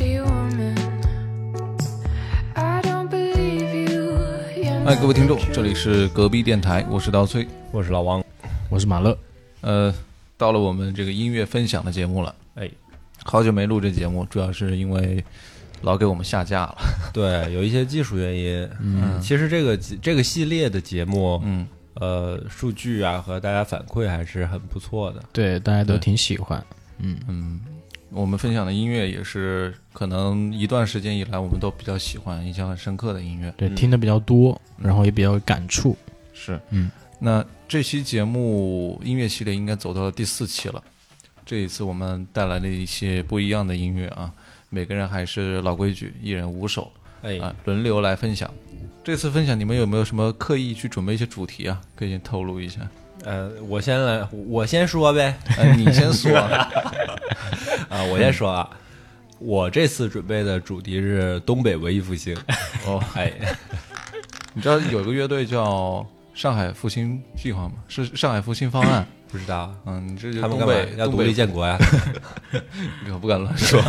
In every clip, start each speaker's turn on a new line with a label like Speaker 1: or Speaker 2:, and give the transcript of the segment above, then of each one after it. Speaker 1: 嗨，哎各位听众，这里是隔壁电台，我是刀崔。
Speaker 2: 我是老王，
Speaker 3: 我是马乐，
Speaker 1: 呃，到了我们这个音乐分享的节目了，
Speaker 2: 哎，
Speaker 1: 好久没录这节目，主要是因为老给我们下架了。
Speaker 2: 对，有一些技术原因。嗯，其实这个这个系列的节目，
Speaker 1: 嗯，
Speaker 2: 呃，数据啊和大家反馈还是很不错的。
Speaker 3: 对，大家都挺喜欢， 嗯
Speaker 2: 嗯
Speaker 1: 我们分享的音乐也是可能一段时间以来我们都比较喜欢、印象很深刻的音乐。
Speaker 3: 对，听的比较多，
Speaker 2: 嗯
Speaker 3: 然后也比较有感触，
Speaker 1: 是，
Speaker 3: 嗯，
Speaker 1: 那这期节目音乐系列应该走到了第四期了。这一次我们带来了一些不一样的音乐啊，每个人还是老规矩，一人五首
Speaker 2: 哎，
Speaker 1: 啊，轮流来分享。这次分享你们有没有什么刻意去准备一些主题啊？可以先透露一下。
Speaker 2: 呃，我先来，我先说呗。
Speaker 1: 呃，你先说啊。
Speaker 2: 啊，我先说啊，我这次准备的主题是东北文艺复兴。
Speaker 1: 哦，
Speaker 2: 哎，
Speaker 1: 你知道有个乐队叫上海复兴计划吗？是上海复兴方案。
Speaker 2: 不知道
Speaker 1: 嗯，你这就
Speaker 2: 他们
Speaker 1: 东
Speaker 2: 干嘛
Speaker 1: 北
Speaker 2: 要
Speaker 1: 东
Speaker 2: 独
Speaker 1: 北
Speaker 2: 立建国 呀？
Speaker 1: 可不敢乱 说，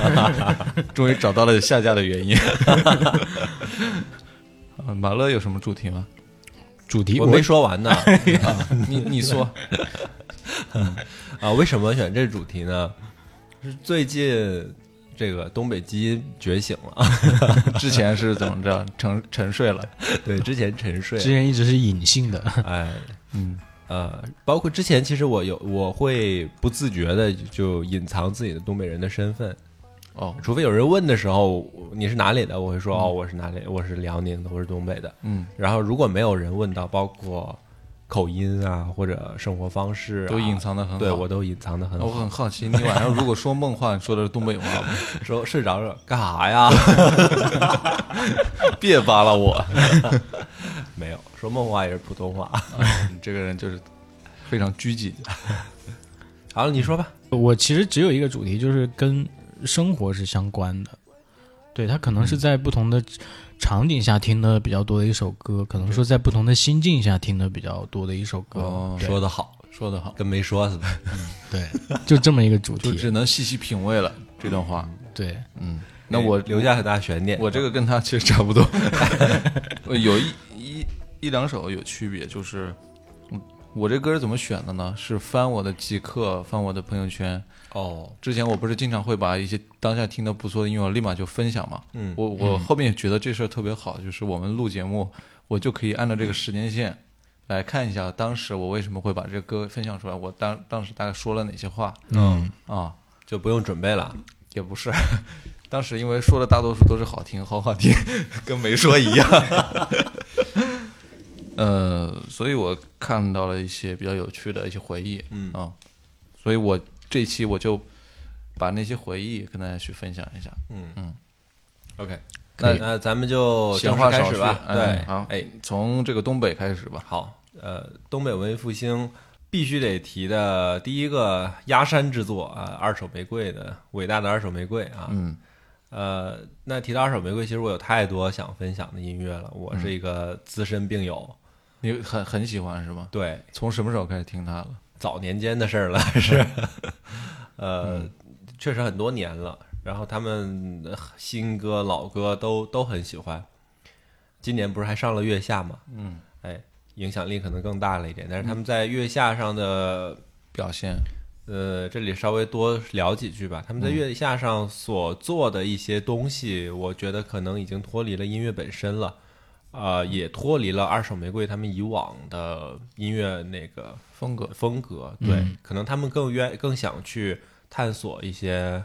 Speaker 1: 终于找到了下架的原因。 啊马乐有什么主题吗？
Speaker 3: 主题
Speaker 2: 我没说完呢。
Speaker 1: 哎你你说，
Speaker 2: 啊，为什么选这主题呢？是最近这个东北基因觉醒了，
Speaker 1: 之前是怎么着沉沉睡了？
Speaker 2: 对，之前沉睡
Speaker 3: 之前一直是隐性的，
Speaker 2: 哎，
Speaker 1: 嗯，
Speaker 2: 呃，包括之前其实我有我会不自觉的就隐藏自己的东北人的身份，
Speaker 1: 哦，
Speaker 2: 除非有人问的时候你是哪里的，我会说哦我是哪里，我是辽宁的，我是东北的。
Speaker 1: 嗯，
Speaker 2: 然后如果没有人问到，包括口音啊或者生活方式、啊，
Speaker 1: 都隐藏的很好。
Speaker 2: 对我都隐藏的很
Speaker 1: 我
Speaker 2: 好。
Speaker 1: 很好奇，你晚 上如果说梦话，你说的是东北话吗？
Speaker 2: 说睡着了干啥呀？
Speaker 1: 别扒拉我，
Speaker 2: 没有，说梦话也是普通话。
Speaker 1: 啊你这个人就是非常拘 谨。
Speaker 2: 嗯好了，你说吧。
Speaker 3: 我其实只有一个主题，就是跟生活是相关的，对，它可能
Speaker 2: 嗯
Speaker 3: 是在不同的场景下听的比较多的一首歌，可能说在不同的心境下听的比较多的一首歌，
Speaker 1: 哦，
Speaker 2: 说的好，
Speaker 1: 说的好，嗯
Speaker 2: 跟没说似的。
Speaker 3: 对，就这么一个主
Speaker 1: 就只
Speaker 3: 题，嗯
Speaker 1: 能细细品味了这段话。
Speaker 3: 对，
Speaker 1: 那我
Speaker 2: 留下很大悬念。
Speaker 1: 我这个跟他其实差不多， 我有一一一两首有区别，就是嗯我这歌是怎么选的呢？是翻我的极客，翻我的朋友圈。
Speaker 2: 哦，
Speaker 1: 之前我不是经常会把一些当下听的不错的音乐，我立马就分享嘛。
Speaker 2: 嗯
Speaker 1: 我我后面也觉得这事儿特别好，就是我们录节目，我就可以按照这个时间线来看一下，当时我为什么会把这个歌分享出来，我当当时大概说了哪些话
Speaker 3: 嗯，
Speaker 1: 啊？
Speaker 2: 就不用准备了。
Speaker 1: 也不是， 当时因为说的大多数都是好听，好好听， 跟没说一 样。呃，所以我看到了一些比较有趣的一些回忆，嗯啊，所以我这一期我就把那些回忆跟大家去分享一下。
Speaker 2: OK，那
Speaker 1: 可以
Speaker 2: 那咱们就
Speaker 1: 闲
Speaker 2: 正
Speaker 1: 话
Speaker 2: 式
Speaker 1: 少
Speaker 2: 开
Speaker 1: 叙
Speaker 2: 始吧。
Speaker 1: 嗯
Speaker 2: 对，
Speaker 1: 好，
Speaker 2: 哎，
Speaker 1: 从这个东北开始吧。
Speaker 2: 好，呃，东北文艺复兴必须得提的第一个压山之作啊，二手玫瑰的伟大的二手玫瑰啊。
Speaker 1: 嗯
Speaker 2: 呃，那提到二手玫瑰，其实我有太多想分享的音乐了。我是一个资深病友，
Speaker 1: 嗯你很很喜欢是吗？
Speaker 2: 对，
Speaker 1: 从什么时候开始听他的？
Speaker 2: 早年间的事儿了，是，
Speaker 1: 嗯
Speaker 2: 呃，确实很多年了。然后他们呃新歌、老歌都都很喜欢。今年不是还上了月下嘛？嗯，哎，影响力可能更大了一点。但是他们在月下上的，
Speaker 1: 嗯表现
Speaker 2: 呃，这里稍微多聊几句吧。他
Speaker 1: 嗯
Speaker 2: 们在月下上所做的一些东西，我觉得可能已经脱离了音乐本身了，呃，
Speaker 1: 嗯
Speaker 2: 也脱离了二手玫瑰他们以往的音乐那个
Speaker 1: 风格，嗯
Speaker 2: 风格，对，可能他们更愿更想去探索一些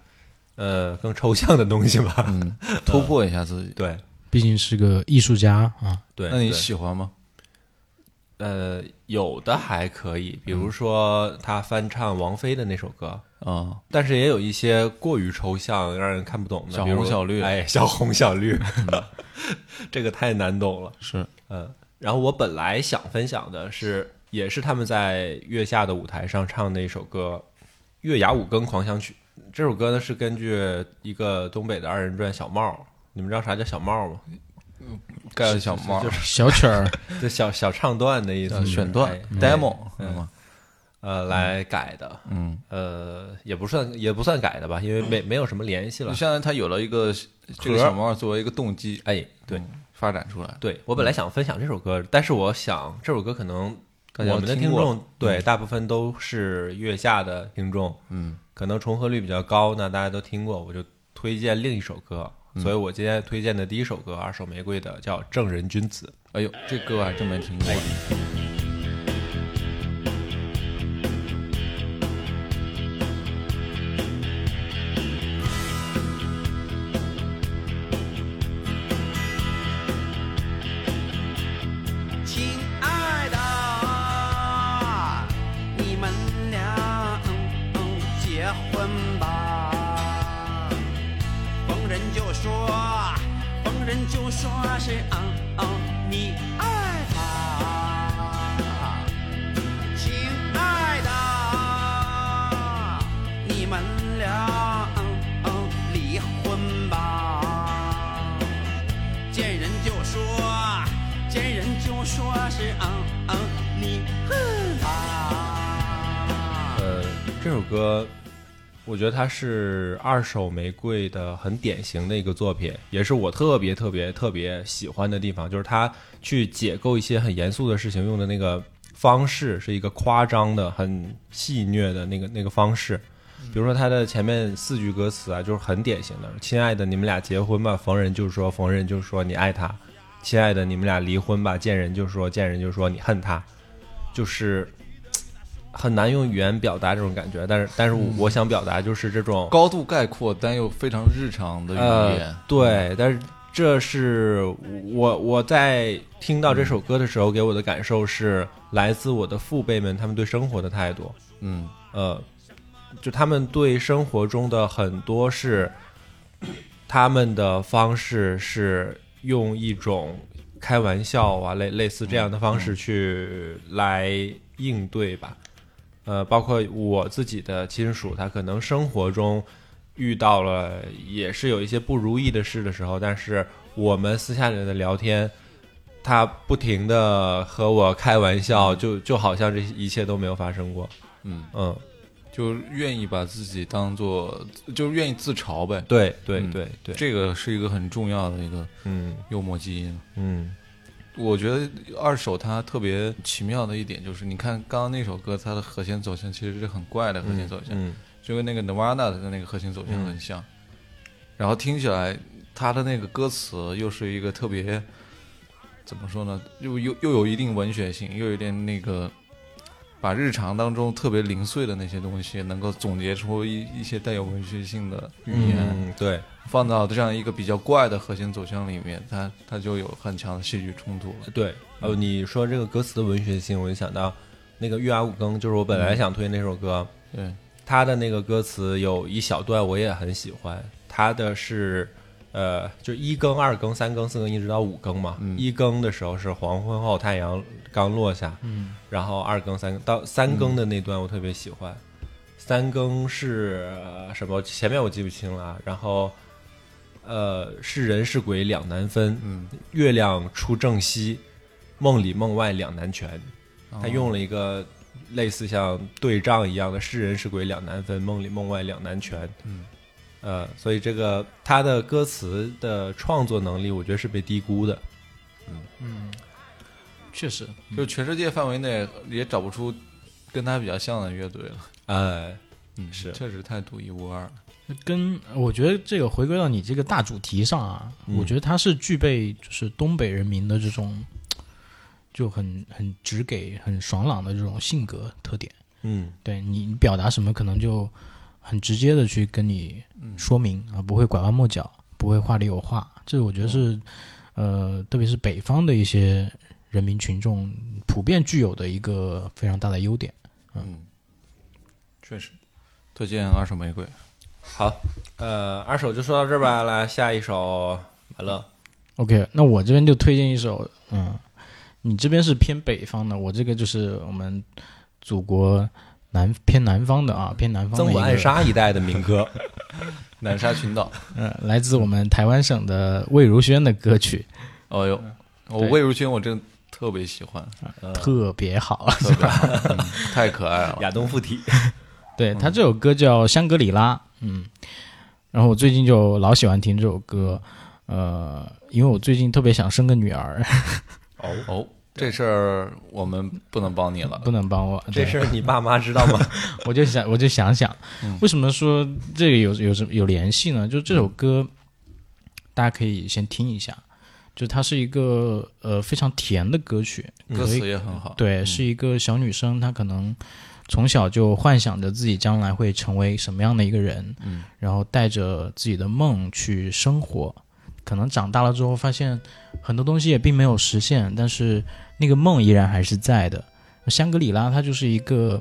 Speaker 2: 呃更抽象的东西吧。
Speaker 1: 嗯，突破一下自己。
Speaker 2: 对
Speaker 3: 毕竟是个艺术家啊，
Speaker 2: 对，
Speaker 1: 那你
Speaker 2: 对
Speaker 1: 喜欢吗？
Speaker 2: 呃有的还可以，比如说他翻唱王菲的那首歌。
Speaker 1: 啊，
Speaker 2: 但是也有一些过于抽象，让人看不懂的，
Speaker 1: 小
Speaker 2: 比如
Speaker 1: 红小绿
Speaker 2: 哎，小红小绿， 这个太难懂了。
Speaker 1: 是，
Speaker 2: 嗯，然后我本来想分享的是，也是他们在月下的舞台上唱的一首歌《月牙舞更狂想曲》。这首歌呢是根据一个东北的二人转小帽，你们知道啥叫小帽吗？
Speaker 1: 盖了呃小帽
Speaker 2: 就，
Speaker 3: 小 曲儿，嗯
Speaker 2: 这小小唱段的意思，
Speaker 1: 选段
Speaker 2: 哎
Speaker 1: demo 是吗？
Speaker 2: 呃来改的，
Speaker 1: 嗯，
Speaker 2: 呃也不算也不算改的吧，因为没没有什么联系了
Speaker 1: 就。相当于他有了一个这个
Speaker 2: 盒
Speaker 1: 小猫作为一个动机，嗯
Speaker 2: 哎，对，
Speaker 1: 发展出来。嗯
Speaker 2: 对我本来想分享这首歌，但是我想这首歌可能
Speaker 1: 大家
Speaker 2: 我们的
Speaker 1: 没
Speaker 2: 听
Speaker 1: 过
Speaker 2: 众对大部分都是月下的听众，
Speaker 1: 嗯，
Speaker 2: 可能重合率比较高，那大家都听过，我就推荐另一首歌。
Speaker 1: 嗯
Speaker 2: 所以我今天推荐的第一首歌《二手玫瑰》的叫《正人君子》。
Speaker 1: 哎
Speaker 2: 哎
Speaker 1: 呦，这歌我还真没听过。
Speaker 4: 亲爱的，你们俩嗯嗯结婚吧。逢人就说，逢人就说是嗯嗯你爱他。亲爱的，你们俩嗯嗯离婚吧。见人就说，见人就说是嗯嗯你恨他。
Speaker 2: 呃，这首歌，我觉得它是二手玫瑰的很典型的一个作品，也是我特别特别特别喜欢的地方，就是它去解构一些很严肃的事情用的那个方式，是一个夸张的、很戏谑的那个那个方式。比如说它的前面四句歌词啊，就是很典型的：“亲爱的，你们俩结婚吧。”逢人就说，逢人就说你爱他；“亲爱的，你们俩离婚吧。”见人就说，见人就说你恨他。就是很难用语言表达这种感觉，但是但是我我想表达就是这种
Speaker 1: 嗯高度概括但又非常日常的语言嗯
Speaker 2: 呃，对，但是这是我我在听到这首歌的时候给我的感受是来自我的父辈们他们对生活的态度，
Speaker 1: 嗯
Speaker 2: 呃，就他们对生活中的很多事， 他们的方式是用一种开玩笑啊，类类似这样的方式去来应对吧。呃，包括我自己的亲属，他可能生活中遇到了也是有一些不如意的事的时候，但是我们私下里的聊天，他不停的和我开玩笑，就就好像这一切都没有发生过。
Speaker 1: 嗯，
Speaker 2: 嗯，
Speaker 1: 就愿意把自己当做，就是愿意自嘲呗。
Speaker 2: 对对
Speaker 1: 嗯
Speaker 2: 对对，
Speaker 1: 这个是一个很重要的一个
Speaker 2: 嗯
Speaker 1: 幽默基因。
Speaker 2: 嗯
Speaker 1: 我觉得二手它特别奇妙的一点就是，你看刚刚那首歌，它的和弦走向其实是很怪的和弦走向，
Speaker 2: 嗯
Speaker 1: 就跟那个 Nirvana 的那个和弦走向很像。然后听起来，它的那个歌词又是一个特别怎么说呢，又又又有一定文学性，又有一点那个把日常当中特别零碎的那些东西，能够总结出一一些带有文学性的语言。
Speaker 2: 嗯，对，
Speaker 1: 放到这样一个比较怪的和弦走向里面，它它就有很强的戏剧冲突了。嗯
Speaker 2: 对，呃，你说这个歌词的文学性，我就想到那个《月牙五更》，就是我本来想推那首歌，
Speaker 1: 对，
Speaker 2: 它的那个歌词有一小段我也很喜欢，它的是。呃，就一更、二更、三更、四更，一直到五更嘛。一更的时候是黄昏后，太阳刚落下。嗯。然后二更、三更到三更的那段我特别喜欢。三更是、呃什么？前面我记不清了。然后，呃，是人是鬼两难分。
Speaker 1: 嗯，
Speaker 2: 月亮出正西，梦里梦外两难全。
Speaker 1: 哦
Speaker 2: 他用了一个类似像对仗一样的“是人是鬼两难分，梦里梦外两难全”。
Speaker 1: 嗯，
Speaker 2: 呃，所以这个他的歌词的创作能力，我觉得是被低估的。
Speaker 3: 确实，
Speaker 2: 嗯
Speaker 1: 就全世界范围内也找不出跟他比较像的乐队了。
Speaker 2: 呃，
Speaker 1: 嗯，
Speaker 2: 是
Speaker 1: 确实太独一无二了。
Speaker 3: 跟我觉得这个回归到你这个大主题上啊，我觉得它是具备就是东北人民的这种就很很直给、很爽朗的这种性格特点。
Speaker 2: 嗯
Speaker 3: 对你，你表达什么可能就很直接的去跟你说明啊，不会拐弯抹角，不会话里有话。这我觉得是、呃，特别是北方的一些人民群众普遍具有的一个非常大的优点。
Speaker 1: 嗯，确实，推荐二手玫瑰。
Speaker 2: 好，呃，二手就说到这儿吧。来，下一首完了，
Speaker 3: OK，那我这边就推荐一首，嗯，你这边是偏北方的，我这个就是我们祖国南偏南方的啊，偏南方的
Speaker 2: 曾
Speaker 3: 一
Speaker 2: 古
Speaker 3: 个，
Speaker 2: 暗沙一带的民歌。
Speaker 1: 南沙群岛。
Speaker 3: 嗯、来自我们台湾省的魏如萱的歌曲，
Speaker 1: 哦呦，我
Speaker 3: 嗯对啊
Speaker 1: 魏如萱我真的特别喜欢，呃
Speaker 3: 特别好。
Speaker 1: 特别好嗯太可爱了。
Speaker 2: 亚东附体，
Speaker 3: 对
Speaker 2: 嗯
Speaker 3: 他这 首歌叫《香格里拉》，嗯，然后我最近就老喜欢听这首歌，呃，因为我最近特别想生个女儿，
Speaker 2: 哦，
Speaker 1: 哦，这事儿我们不能帮你了。
Speaker 3: 不能帮我
Speaker 2: 这
Speaker 3: 嗯对
Speaker 2: 事儿你爸妈知道吗？
Speaker 3: 我就想，我就想想，
Speaker 1: 嗯
Speaker 3: 为什么说这个有有什么有联系呢？就这首歌，大家可以先听一下，就它是一个呃非常甜的歌曲，
Speaker 1: 歌词也很好，，嗯
Speaker 3: 对，是一个小女生，她可能从小就幻想着自己将来会成为什么样的一个人，
Speaker 1: 嗯，
Speaker 3: 然后带着自己的梦去生活。可能长大了之后，发现很多东西也并没有实现，但是那个梦依然还是在的。香格里拉它就是一个，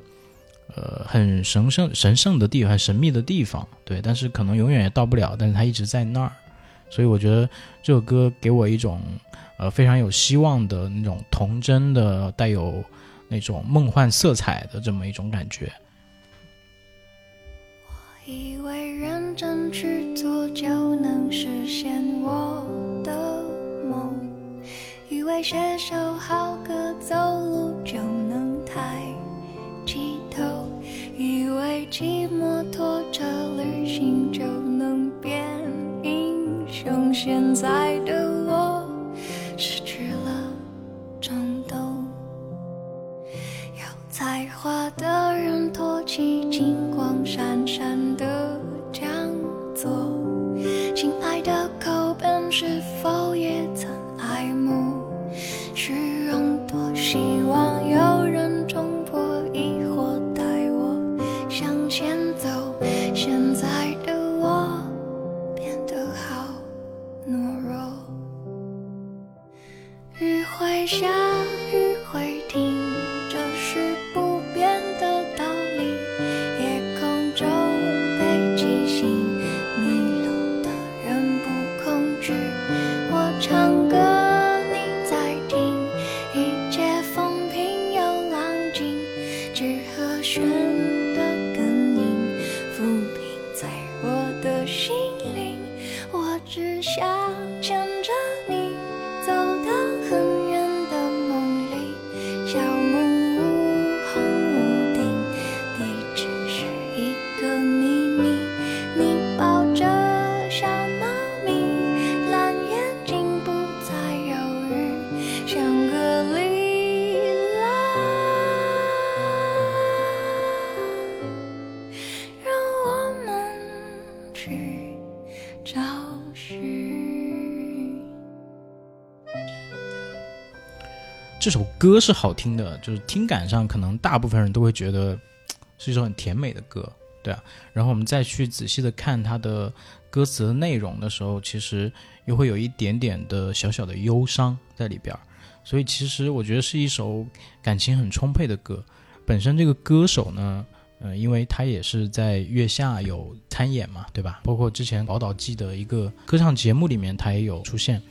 Speaker 3: 呃，很神圣、神圣的地方，很神秘的地方，对。但是可能永远也到不了，但是它一直在那儿。所以我觉得这首歌给我一种呃非常有希望的那种童真的、带有那种梦幻色彩的这么一种感觉。
Speaker 5: 以为认真去做就能实现我的梦，以为写首好歌走路就能抬起头，以为骑摩托车旅行就能变英雄。现在的我失去了冲动。有才华的人托起金光闪闪的讲座。亲爱的口本是否也曾爱慕虚荣？多希望有人冲破疑惑，带我向前走。现在的我变得好懦弱。雨会下，雨会停，这是不变的道理。夜空中被记醒，迷路的人不恐惧。我唱歌，你在听，一切风平又浪静，只和弦的根音抚平脆弱的心灵。我只想牵着你走到很远的梦里，小木屋红屋顶，你只是一个秘密。你抱着小猫咪，蓝眼睛不再犹豫，香格里拉。让我们去找寻。
Speaker 3: 这首歌是好听的，就是听感上可能大部分人都会觉得嘖是一首很甜美的歌，对啊。然后我们再去仔细的看它的歌词的内容的时候，其实又会有一点点的小小的忧伤在里边儿。所以其实我觉得是一首感情很充沛的歌。本身这个歌手呢，呃，因为他也是在月下有参演嘛，对吧？包括之前宝岛记的一个歌唱节目里面，他也有出现。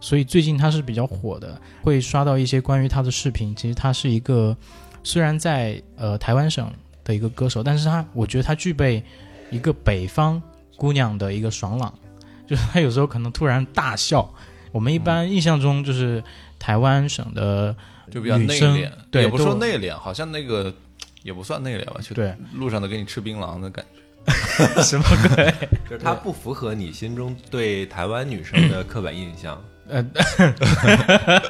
Speaker 3: 所以最近他是比较火的，会刷到一些关于他的视频。其实他是一个，虽然在呃台湾省的一个歌手，但是他我觉得他具备一个北方姑娘的一个爽朗，就是他有时候可能突然大笑。我们一
Speaker 1: 嗯
Speaker 3: 般印象中就是台湾省的
Speaker 1: 就比较
Speaker 3: 女
Speaker 1: 内
Speaker 3: 生
Speaker 1: 敛，
Speaker 3: 对
Speaker 1: 也不说
Speaker 3: 都
Speaker 1: 内敛，好像那个也不算内敛吧，就
Speaker 3: 对
Speaker 1: 路上的给你吃槟榔的感觉。
Speaker 3: 什么鬼？
Speaker 2: 就是它不符合你心中对台湾女生的刻板印象。
Speaker 3: 呃，
Speaker 2: 可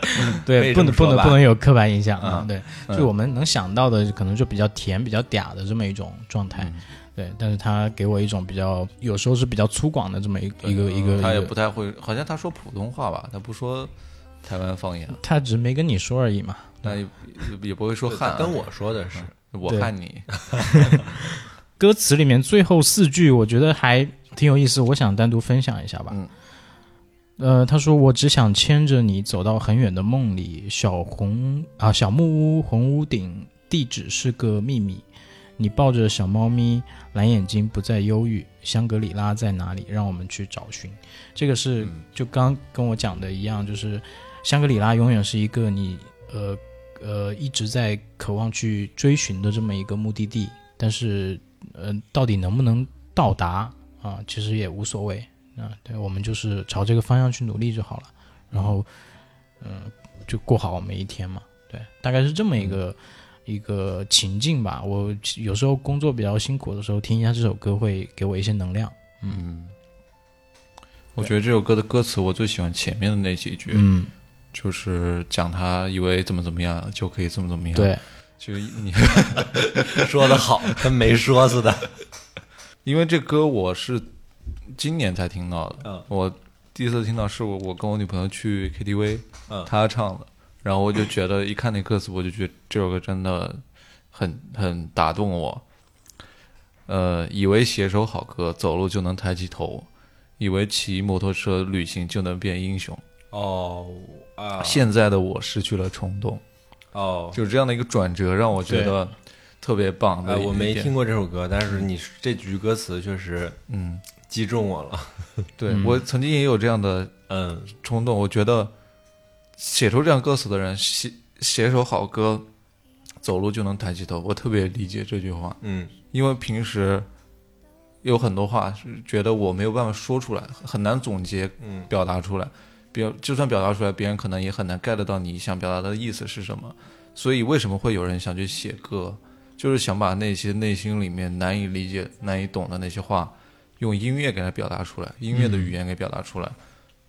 Speaker 3: 对，
Speaker 2: 以
Speaker 3: 不
Speaker 2: 这么
Speaker 3: 能不
Speaker 2: 说
Speaker 3: 能
Speaker 2: 吧
Speaker 3: 不能有刻板印象啊
Speaker 1: 嗯！
Speaker 3: 对，
Speaker 1: 嗯
Speaker 3: 就我们能想到的，可能就比较甜、比较嗲的这么一种状态。对，但是他给我一种比较，有时候是比较粗犷的这么一个一个一个，
Speaker 1: 他嗯
Speaker 3: 一
Speaker 1: 也
Speaker 3: 个
Speaker 1: 不太会，好像他说普通话吧，他不说台湾方言，
Speaker 3: 他只是没跟你说而已嘛。
Speaker 1: 那也也不会说汉啊，嗯
Speaker 2: 跟我说的是，
Speaker 1: 我
Speaker 3: 对
Speaker 1: 汉你，
Speaker 3: 歌词里面最后四句，我觉得还挺有意思，我想单独分享一下吧。
Speaker 1: 嗯
Speaker 3: 呃，他说：“我只想牵着你走到很远的梦里，小红啊，小木屋红屋顶，地址是个秘密。你抱着小猫咪，蓝眼睛不再忧郁。香格里拉在哪里？让我们去找寻。”这个是
Speaker 1: 嗯
Speaker 3: 就刚跟我讲的一样，就是香格里拉永远是一个你呃呃一直在渴望去追寻的这么一个目的地，但是呃到底能不能到达啊，其实也无所谓。啊，对，我们就是朝这个方向去努力就好了，然后，嗯、就过好每一天嘛。对，大概是这么一个、一个情境吧。我有时候工作比较辛苦的时候，听一下这首歌会给我一些能量。
Speaker 1: 嗯，我觉得这首歌的歌词，我最喜欢前面的那几句，
Speaker 3: 嗯，
Speaker 1: 就是讲他以为怎么怎么样就可以怎么怎么样。，
Speaker 3: 对，
Speaker 1: 就是你，
Speaker 2: 说的好，跟没说似的。
Speaker 1: 因为这歌我是今年才听到的，
Speaker 2: 嗯
Speaker 1: 我第一次听到是我我跟我女朋友去 KTV，、
Speaker 2: 嗯
Speaker 1: 她唱的，然后我就觉得一看那歌词，我就觉得这首歌真的很很打动我。呃，以为写首好歌，走路就能抬起头；以为骑摩托车旅行就能变英雄。
Speaker 2: 哦啊，
Speaker 1: 现在的我失去了冲动，
Speaker 2: 哦，
Speaker 1: 就是这样的一个转折，让我觉得特啊别棒的
Speaker 2: 哎，
Speaker 1: 一点。
Speaker 2: 我没听过这首歌，但是你这几句歌词确实
Speaker 1: 嗯，
Speaker 2: 击中我了。
Speaker 1: 对、我曾经也有这样的
Speaker 2: 嗯，
Speaker 1: 冲动，我觉得写出这样歌词的人，写写首好歌，走路就能抬起头。我特别理解这句话，
Speaker 2: 嗯
Speaker 1: 因为平时有很多话是觉得我没有办法说出来，很难总结
Speaker 2: 嗯
Speaker 1: 表达出来。别就算表达出来，别人可能也很难 get 到你想表达的意思是什么。所以为什么会有人想去写歌，就是想把那些内心里面难以理解、难以懂的那些话，用音乐给它表达出来，音乐的语言给表达出来，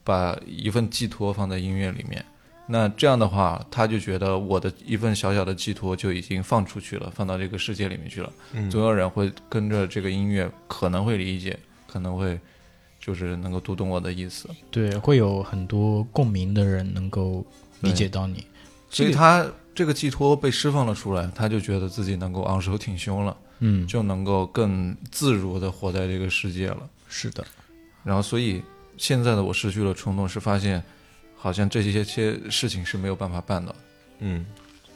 Speaker 1: 把一份寄托放在音乐里面。那这样的话，他就觉得我的一份小小的寄托就已经放出去了，放到这个世界里面去了。
Speaker 2: 嗯
Speaker 1: 总有人会跟着这个音乐，可能会理解，可能会就是能够读懂我的意思。
Speaker 3: 对，会有很多共鸣的人能够理解到你。
Speaker 1: 所以
Speaker 3: 这个
Speaker 1: 他这个寄托被释放了出来，他就觉得自己能够昂首挺胸了，
Speaker 3: 嗯，
Speaker 1: 就能够更自如的活在这个世界了。
Speaker 3: 是的，
Speaker 1: 然后，所以现在的我失去了冲动，是发现好像这些些事情是没有办法办到的。
Speaker 2: 嗯，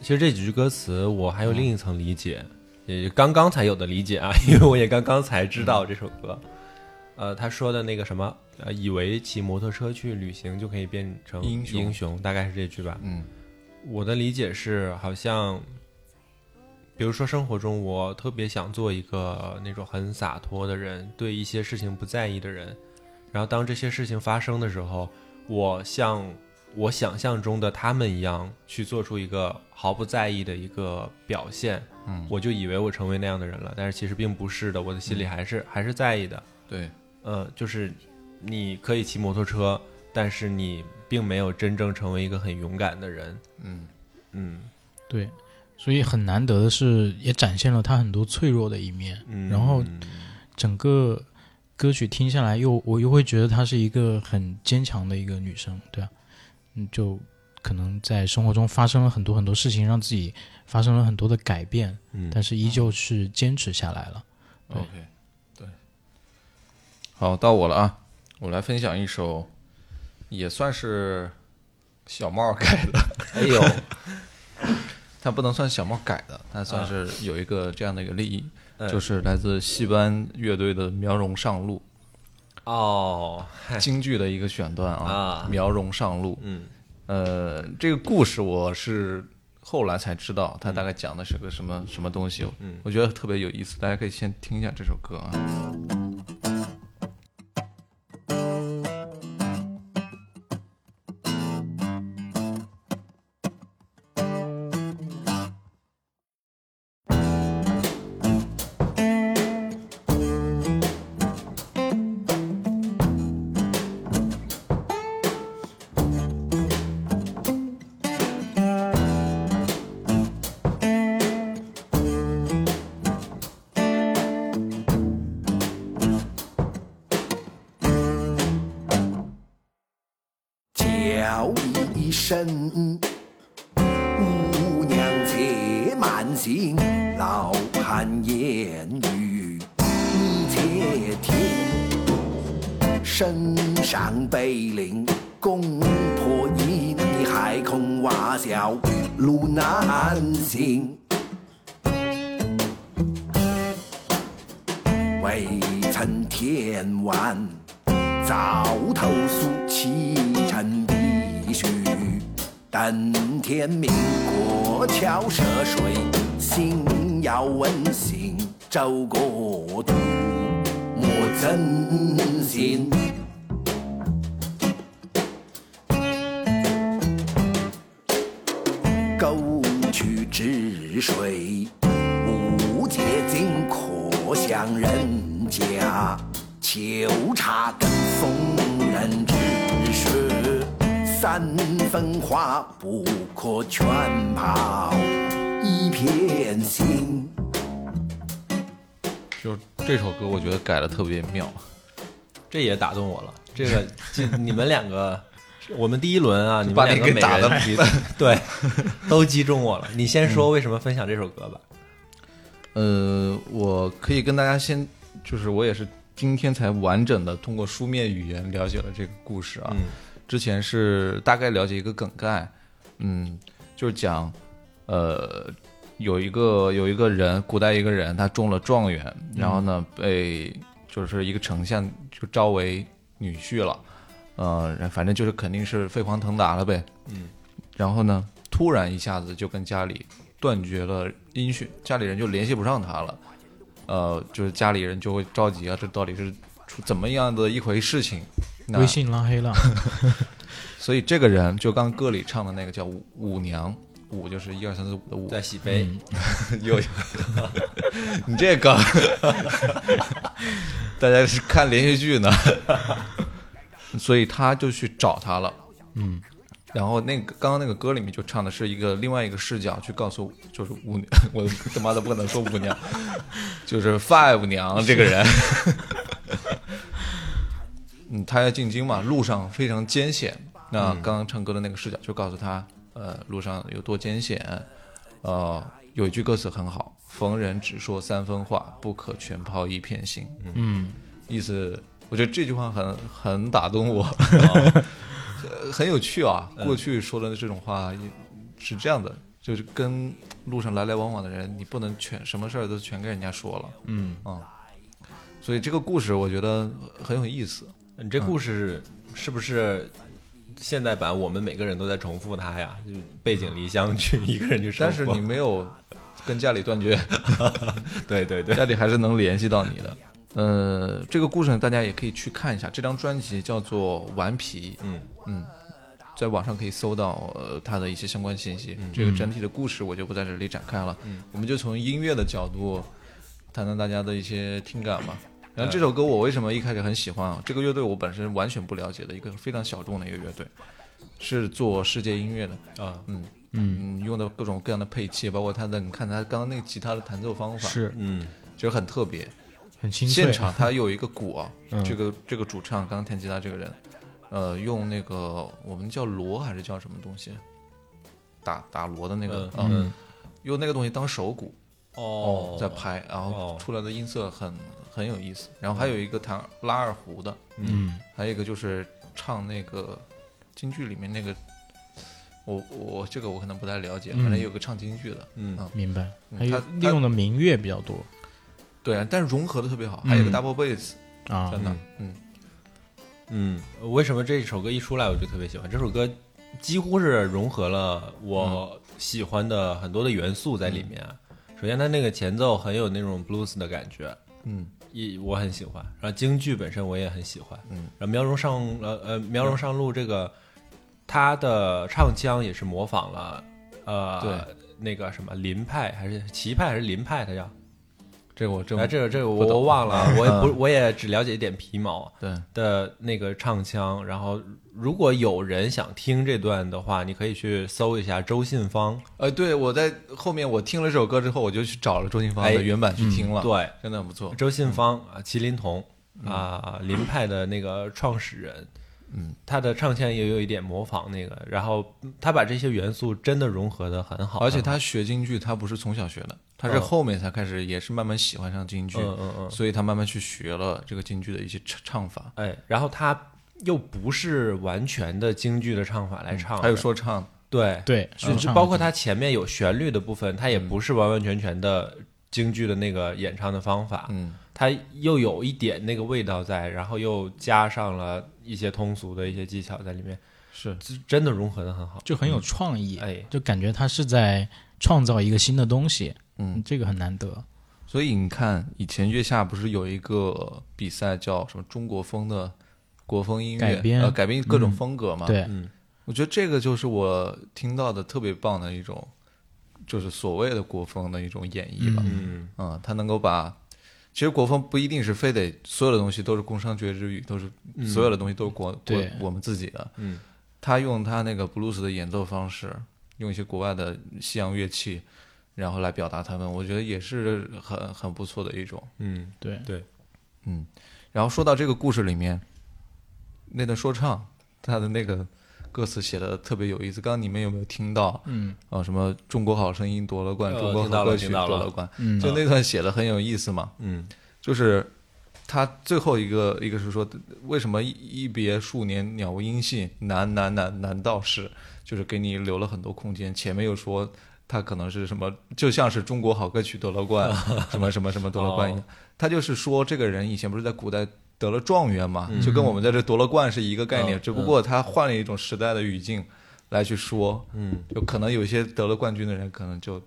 Speaker 2: 其实这几句歌词我还有另一层理解，也就刚刚才有的理解啊， 因为我也刚刚才知
Speaker 1: 嗯
Speaker 2: 道这首歌。呃，他说的那个什么，呃，以为骑摩托车去旅行就可以变成
Speaker 1: 英雄
Speaker 2: 英雄大概是这句吧。
Speaker 1: 嗯
Speaker 2: 我的理解是，好像，比如说生活中，我特别想做一个那种很洒脱的人，对一些事情不在意的人。然后当这些事情发生的时候，我像我想象中的他们一样，去做出一个毫不在意的一个表现。
Speaker 1: 嗯，
Speaker 2: 我就以为我成为那样的人了，但是其实并不是的，我的心里还是、还是在意的。
Speaker 1: 对，
Speaker 2: 呃，就是你可以骑摩托车，但是你并没有真正成为一个很勇敢的人。
Speaker 1: 嗯
Speaker 2: 嗯。
Speaker 3: 对，所以很难得的是，也展现了他很多脆弱的一面。
Speaker 2: 嗯，
Speaker 3: 然后整个歌曲听下来又，我又会觉得她是一个很坚强的一个女生，对啊，嗯，就可能在生活中发生了很多很多事情，让自己发生了很多的改变，
Speaker 2: 嗯
Speaker 3: 但是
Speaker 1: 啊
Speaker 3: 依旧是坚持下来了。对
Speaker 1: ，OK，对。好，到我了啊，我来分享一首，也算是小帽改的。
Speaker 2: 哎呦，
Speaker 1: 它不能算小帽改的，它算是有一个这样的一个立意，
Speaker 2: 啊嗯
Speaker 1: 就是来自戏班乐队的《苗荣上路
Speaker 2: 哦，》嗨，
Speaker 1: 京剧的一个选段啊，
Speaker 2: 啊
Speaker 1: 苗荣上路》。
Speaker 2: 嗯
Speaker 1: 呃，这个故事我是后来才知道，它大概讲的是个什么什么东西。
Speaker 2: 嗯
Speaker 1: 我觉得特别有意思，大家可以先听一下这首歌啊。
Speaker 6: 叫一声姑娘且慢行，老汉言语你且听。身上背领攻破一地海空蛙小路难行。未曾填完。早投宿其臣必须等天明国桥涉水，心要温馨，周国度莫真心。沟渠之水，无解尽可享人家。秋茶更逢人只是三分花不可全抛，一片心。
Speaker 1: 就是这首歌，我觉得改的特别妙。
Speaker 2: 这也打动我了。这个，这你们两个，我们第一轮 啊，你们
Speaker 1: 把
Speaker 2: 两
Speaker 1: 你
Speaker 2: 个
Speaker 1: 给
Speaker 2: 每
Speaker 1: 打
Speaker 2: 人
Speaker 1: 得 嗯
Speaker 2: 对，都击中我了。你先说为什么分享这首歌吧。
Speaker 1: 呃，我可以跟大家先，就是我也是今天才完整的通过书面语言了解了这个故事啊。
Speaker 2: 嗯
Speaker 1: 之前是大概了解一个梗概，嗯，就是讲，呃，有一个有一个人，古代一个人，他中了状元，然后呢被就是一个丞相就招为女婿了，呃，然反正就是肯定是飞黄腾达了呗。
Speaker 2: 嗯，
Speaker 1: 然后呢，突然一下子就跟家里断绝了音讯，家里人就联系不上他了，呃，就是家里人就会着急啊，这到底是出怎么样的一回事情？那嗯
Speaker 3: 微信拉 黑了，
Speaker 1: 所以这个人就刚歌里唱的那个叫舞舞娘，舞就是一二三四五的舞嗯
Speaker 2: 在，洗杯，
Speaker 1: 有你这个， 大家是看连续剧呢， 所以他就去找他了。
Speaker 3: 嗯，
Speaker 1: 然后那个刚刚那个歌里面就唱的是一个另外一个视角去告诉，就是舞娘， 我他妈的不能说舞娘， 就是 Five 娘这个人， 嗯，他要进京嘛，路上非常艰险。那刚刚唱歌的那个视角就告诉他，呃，路上有多艰险。呃，有一句歌词很好，“逢人只说三分话，不可全抛一片心。”
Speaker 3: 嗯，
Speaker 1: 意思，我觉得这句话很很打动我，啊 很很有趣啊。过去说的这种话也是这样的，就是跟路上来来往往的人，你不能全什么事儿都全跟人家说了，嗯啊。所以这个故事我觉得很有意思，
Speaker 2: 嗯
Speaker 1: 嗯
Speaker 2: 你这故事是不是现代版？我们每个人都在重复它呀，就是背井离乡去一个人去
Speaker 1: 嗯
Speaker 2: 生
Speaker 1: 但
Speaker 2: 活。
Speaker 1: 是你没有跟家里 断绝，
Speaker 2: 对对对，
Speaker 1: 家里还是能联系到你的。呃，这个故事呢，大家也可以去看一下，这张专辑叫做《顽皮》，
Speaker 2: 嗯
Speaker 1: 嗯，在网上可以搜到呃它的一些相关信息。这个整体的故事我就不在这里展开了，
Speaker 2: 嗯
Speaker 1: 我们就从音乐的角度谈谈大家的一些听感吧。
Speaker 2: 嗯
Speaker 1: 然后这首歌我为什么一开始很喜欢啊？这个乐队我本身完全不了解的一个非常小众的一个乐队，是做世界音乐的，
Speaker 2: 啊，
Speaker 1: 嗯嗯，用的各种各样的配器，包括他的，你看他刚刚那个吉他的弹奏方法，
Speaker 3: 是
Speaker 2: 嗯，
Speaker 1: 就是很特别。
Speaker 3: 很清脆。
Speaker 1: 现场他有一个鼓啊，
Speaker 3: 嗯
Speaker 1: 这个这个主唱刚刚弹吉他这个人，呃，用那个我们叫锣还是叫什么东西，打打锣的那个啊，
Speaker 3: 嗯
Speaker 1: 用那个东西当手鼓
Speaker 2: 哦，
Speaker 1: 在拍，然后
Speaker 2: 哦
Speaker 1: 出来的音色很很有意思。然后还有一个弹拉二胡的，
Speaker 3: 嗯，
Speaker 1: 还有一个就是唱那个京剧里面那个，我我这个我可能不太了解，
Speaker 3: 嗯
Speaker 1: 反正有个唱京剧的，
Speaker 2: 嗯
Speaker 1: 啊
Speaker 3: 明白。
Speaker 1: 嗯
Speaker 3: 还有
Speaker 1: 他
Speaker 3: 利
Speaker 1: 他
Speaker 3: 用的民乐比较多
Speaker 1: 对啊，但是融合的特别好，还有一个
Speaker 3: 嗯
Speaker 1: double bass
Speaker 3: 啊
Speaker 1: 在，那儿，嗯，
Speaker 2: 嗯，为什么这首歌一出来我就特别喜欢？这首歌几乎是融合了我喜欢的很多的元素在里面。首先，它那个前奏很有那种 blues 的感觉，
Speaker 1: 嗯，
Speaker 2: 一我很喜欢。然后京剧本身我也很喜欢，
Speaker 1: 嗯，
Speaker 2: 然后苗荣上呃呃苗荣上路这个，他的唱腔也是模仿了呃
Speaker 1: 对
Speaker 2: 那个什么林派还是齐派还是林派，他叫
Speaker 1: 这个我真
Speaker 2: 哎这个这个
Speaker 1: 不
Speaker 2: 我
Speaker 1: 懂嗯
Speaker 2: 我忘了，我也不我也只了解一点皮毛。
Speaker 1: 对。
Speaker 2: 的那个唱腔，然后如果有人想听这段的话，你可以去搜一下周信芳，
Speaker 1: 呃，对，我在后面我听了这首歌之后，我就去找了周信芳
Speaker 2: 哎
Speaker 1: 的原版去听了，
Speaker 2: 对，
Speaker 1: 真的很不错。嗯
Speaker 2: 周信芳啊，麒麟童啊，林派的那个创始人，
Speaker 1: 嗯，
Speaker 2: 他的唱腔也有一点模仿那个，然后他把这些元素真的融合的很好，
Speaker 1: 而且他学京剧，他不是从小学的，他是后面才开始，也是慢慢喜欢上京剧，
Speaker 2: 嗯嗯嗯
Speaker 1: 所以他慢慢去学了这个京剧的一些唱唱法，
Speaker 2: 哎，然后他又不是完全的京剧的唱法来唱的，
Speaker 1: 还有说唱，
Speaker 2: 对
Speaker 3: 对，
Speaker 2: 就就包括它前面有旋律的部分，它也不是完完全全的京剧的那个演唱的方法，
Speaker 1: 嗯，
Speaker 2: 它又有一点那个味道在，然后又加上了一些通俗的一些技巧在里面，
Speaker 1: 是
Speaker 2: 真真的融合的很好。
Speaker 3: 就很
Speaker 1: 嗯
Speaker 3: 有创意，
Speaker 2: 哎
Speaker 3: 就感觉他是在创造一个新的东西，
Speaker 1: 嗯，
Speaker 3: 这个很难得。
Speaker 1: 所以你看，以前月下不是有一个比赛叫什么中国风的国风音乐
Speaker 3: 改编
Speaker 1: 呃，改编各种风
Speaker 2: 嗯
Speaker 1: 格嘛？，
Speaker 3: 对，
Speaker 1: 我觉得这个就是我听到的特别棒的一种，就是所谓的国风的一种演绎吧。
Speaker 3: 嗯
Speaker 2: 嗯，
Speaker 1: 嗯，他能够把，其实国风不一定是非得所有的东西都是工商角之语，都是所有的东西都是国、国
Speaker 3: 对
Speaker 1: 我们自己的。
Speaker 2: 嗯，
Speaker 1: 他用他那个布鲁斯的演奏方式，用一些国外的西洋乐器，然后来表达他们，我觉得也是很很不错的一种。
Speaker 2: 嗯，
Speaker 3: 对
Speaker 2: 对，
Speaker 1: 嗯，然后说到这个故事里面，那段说唱，他的那个歌词写的特别有意思。刚刚你们有没有听到？
Speaker 3: 嗯
Speaker 1: 啊，什么中国好声音夺了冠，
Speaker 2: 呃
Speaker 1: 中国
Speaker 2: 听到
Speaker 1: 好
Speaker 2: 了
Speaker 1: 歌曲
Speaker 2: 听到
Speaker 1: 夺
Speaker 2: 了
Speaker 1: 了冠，
Speaker 3: 嗯
Speaker 1: 就那段写的很有意思嘛。
Speaker 2: 嗯
Speaker 1: 就是他最后一个，一个是说为什么一一别数年鸟无音信，难难难难道是，就是给你留了很多空间。前面又说他可能是什么，就像是中国好歌曲夺了 冠，什么什么什么夺了冠一样。他就是说这个人以前不是在古代。得了状元嘛，就跟我们在这夺了冠是一个概念，
Speaker 2: 嗯
Speaker 1: 只不过他换了一种时代的语境来去说，
Speaker 2: 嗯，
Speaker 1: 就可能有一些得了冠军的人，可能就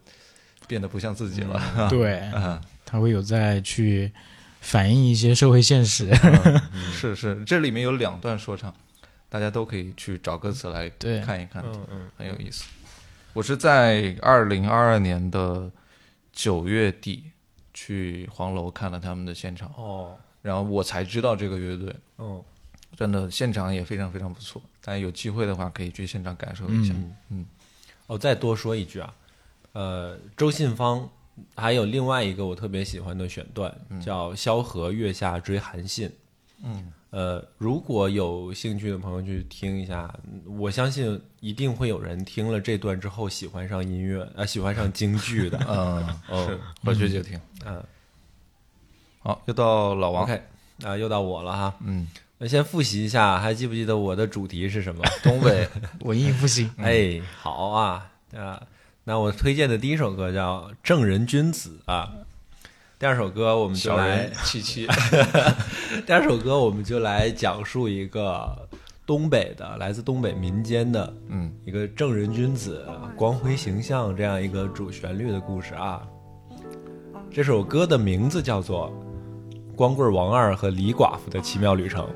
Speaker 1: 变得不像自己了。
Speaker 3: 对，
Speaker 1: 啊
Speaker 3: 他会有在去反映一些社会现实。
Speaker 1: 嗯
Speaker 3: 嗯
Speaker 1: 是是，这里面有两段说唱，大家都可以去找歌词来
Speaker 3: 对
Speaker 1: 看一看，
Speaker 2: 嗯嗯
Speaker 1: 很有意思。我是在二零二二年的九月底去黄楼看了他们的现场，
Speaker 2: 哦
Speaker 1: 然后我才知道这个乐队，
Speaker 2: 哦，
Speaker 1: 真的现场也非常非常不错。大家有机会的话，可以去现场感受一下。
Speaker 3: 嗯
Speaker 2: 我再多说一句啊，呃，周信芳还有另外一个我特别喜欢的选段，叫《萧何月下追韩信》。
Speaker 1: 嗯
Speaker 2: 呃，如果有兴趣的朋友去听一下，嗯我相信一定会有人听了这段之后喜欢上音乐，呃，喜欢上京剧的。
Speaker 1: 嗯，
Speaker 2: 哦
Speaker 1: 是，回去就听。
Speaker 2: 嗯
Speaker 1: 好，又到老王，
Speaker 2: ，OK，啊、又到我了哈。
Speaker 1: 嗯，
Speaker 2: 那先复习一下，还记不记得我的主题是什 么？
Speaker 1: 东北，
Speaker 3: 文艺复兴，
Speaker 2: 哎，好啊，啊、那我推荐的第一首歌叫《正人君子》啊。第二首歌我们就
Speaker 1: 小
Speaker 2: 来
Speaker 1: 人，七七，
Speaker 2: 第二首歌我们就来讲述一个东北的，来自东北民间的
Speaker 1: 嗯，
Speaker 2: 一个正人君子、光辉形象这样一个主旋律的故事啊。这首歌的名字叫做《光棍王二和李寡妇的奇妙旅程》。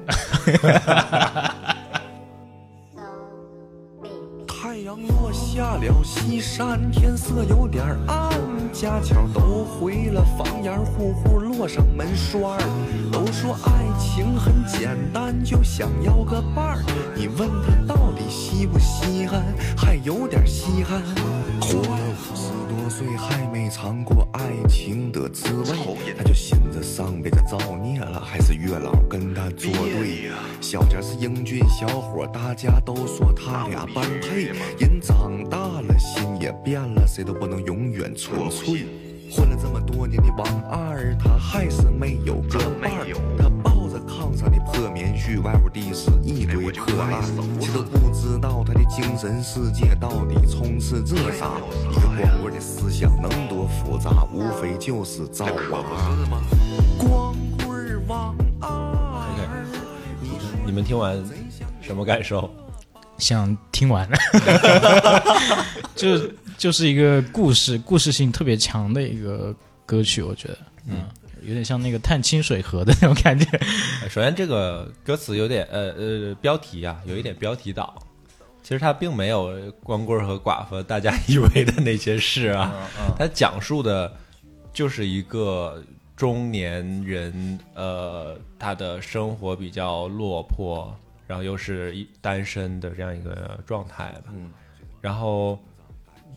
Speaker 7: 太阳落下了西山，天色有点暗，家巧都回了房檐，户户落上门栓儿。都说爱情很简单，就想要个伴儿。你问他到底稀不稀罕，还有点稀罕。活到五十多岁还没尝过爱情的滋味，他就寻思上辈子造孽了，还是月老跟他作对。小杰是英俊小伙，大家都说他俩般配。人长大了，心也变了，谁都不能永远纯粹。混了这么多年的王二，他还是没有个伴儿。他抱着炕上的破棉絮，外边地是一堆破烂，谁都不知道他的精神世界到底充斥着啥。一个光棍的思想能多复杂，无非就是造啊娃。光棍王二。
Speaker 2: 你们听完什么感受？
Speaker 3: 想 听完，就就是一个故事，故事性特别强的一个歌曲，我觉得，嗯，有点像那个探清水河的那种感觉。
Speaker 2: 呃首先，这个歌词有点呃呃标题啊，有一点标题党。其实它并没有光棍和寡妇大家以为的那些事啊，它讲述的就是一个中年人，呃，他的生活比较落魄，然后又是一单身的这样一个状态吧。
Speaker 1: 嗯，
Speaker 2: 然后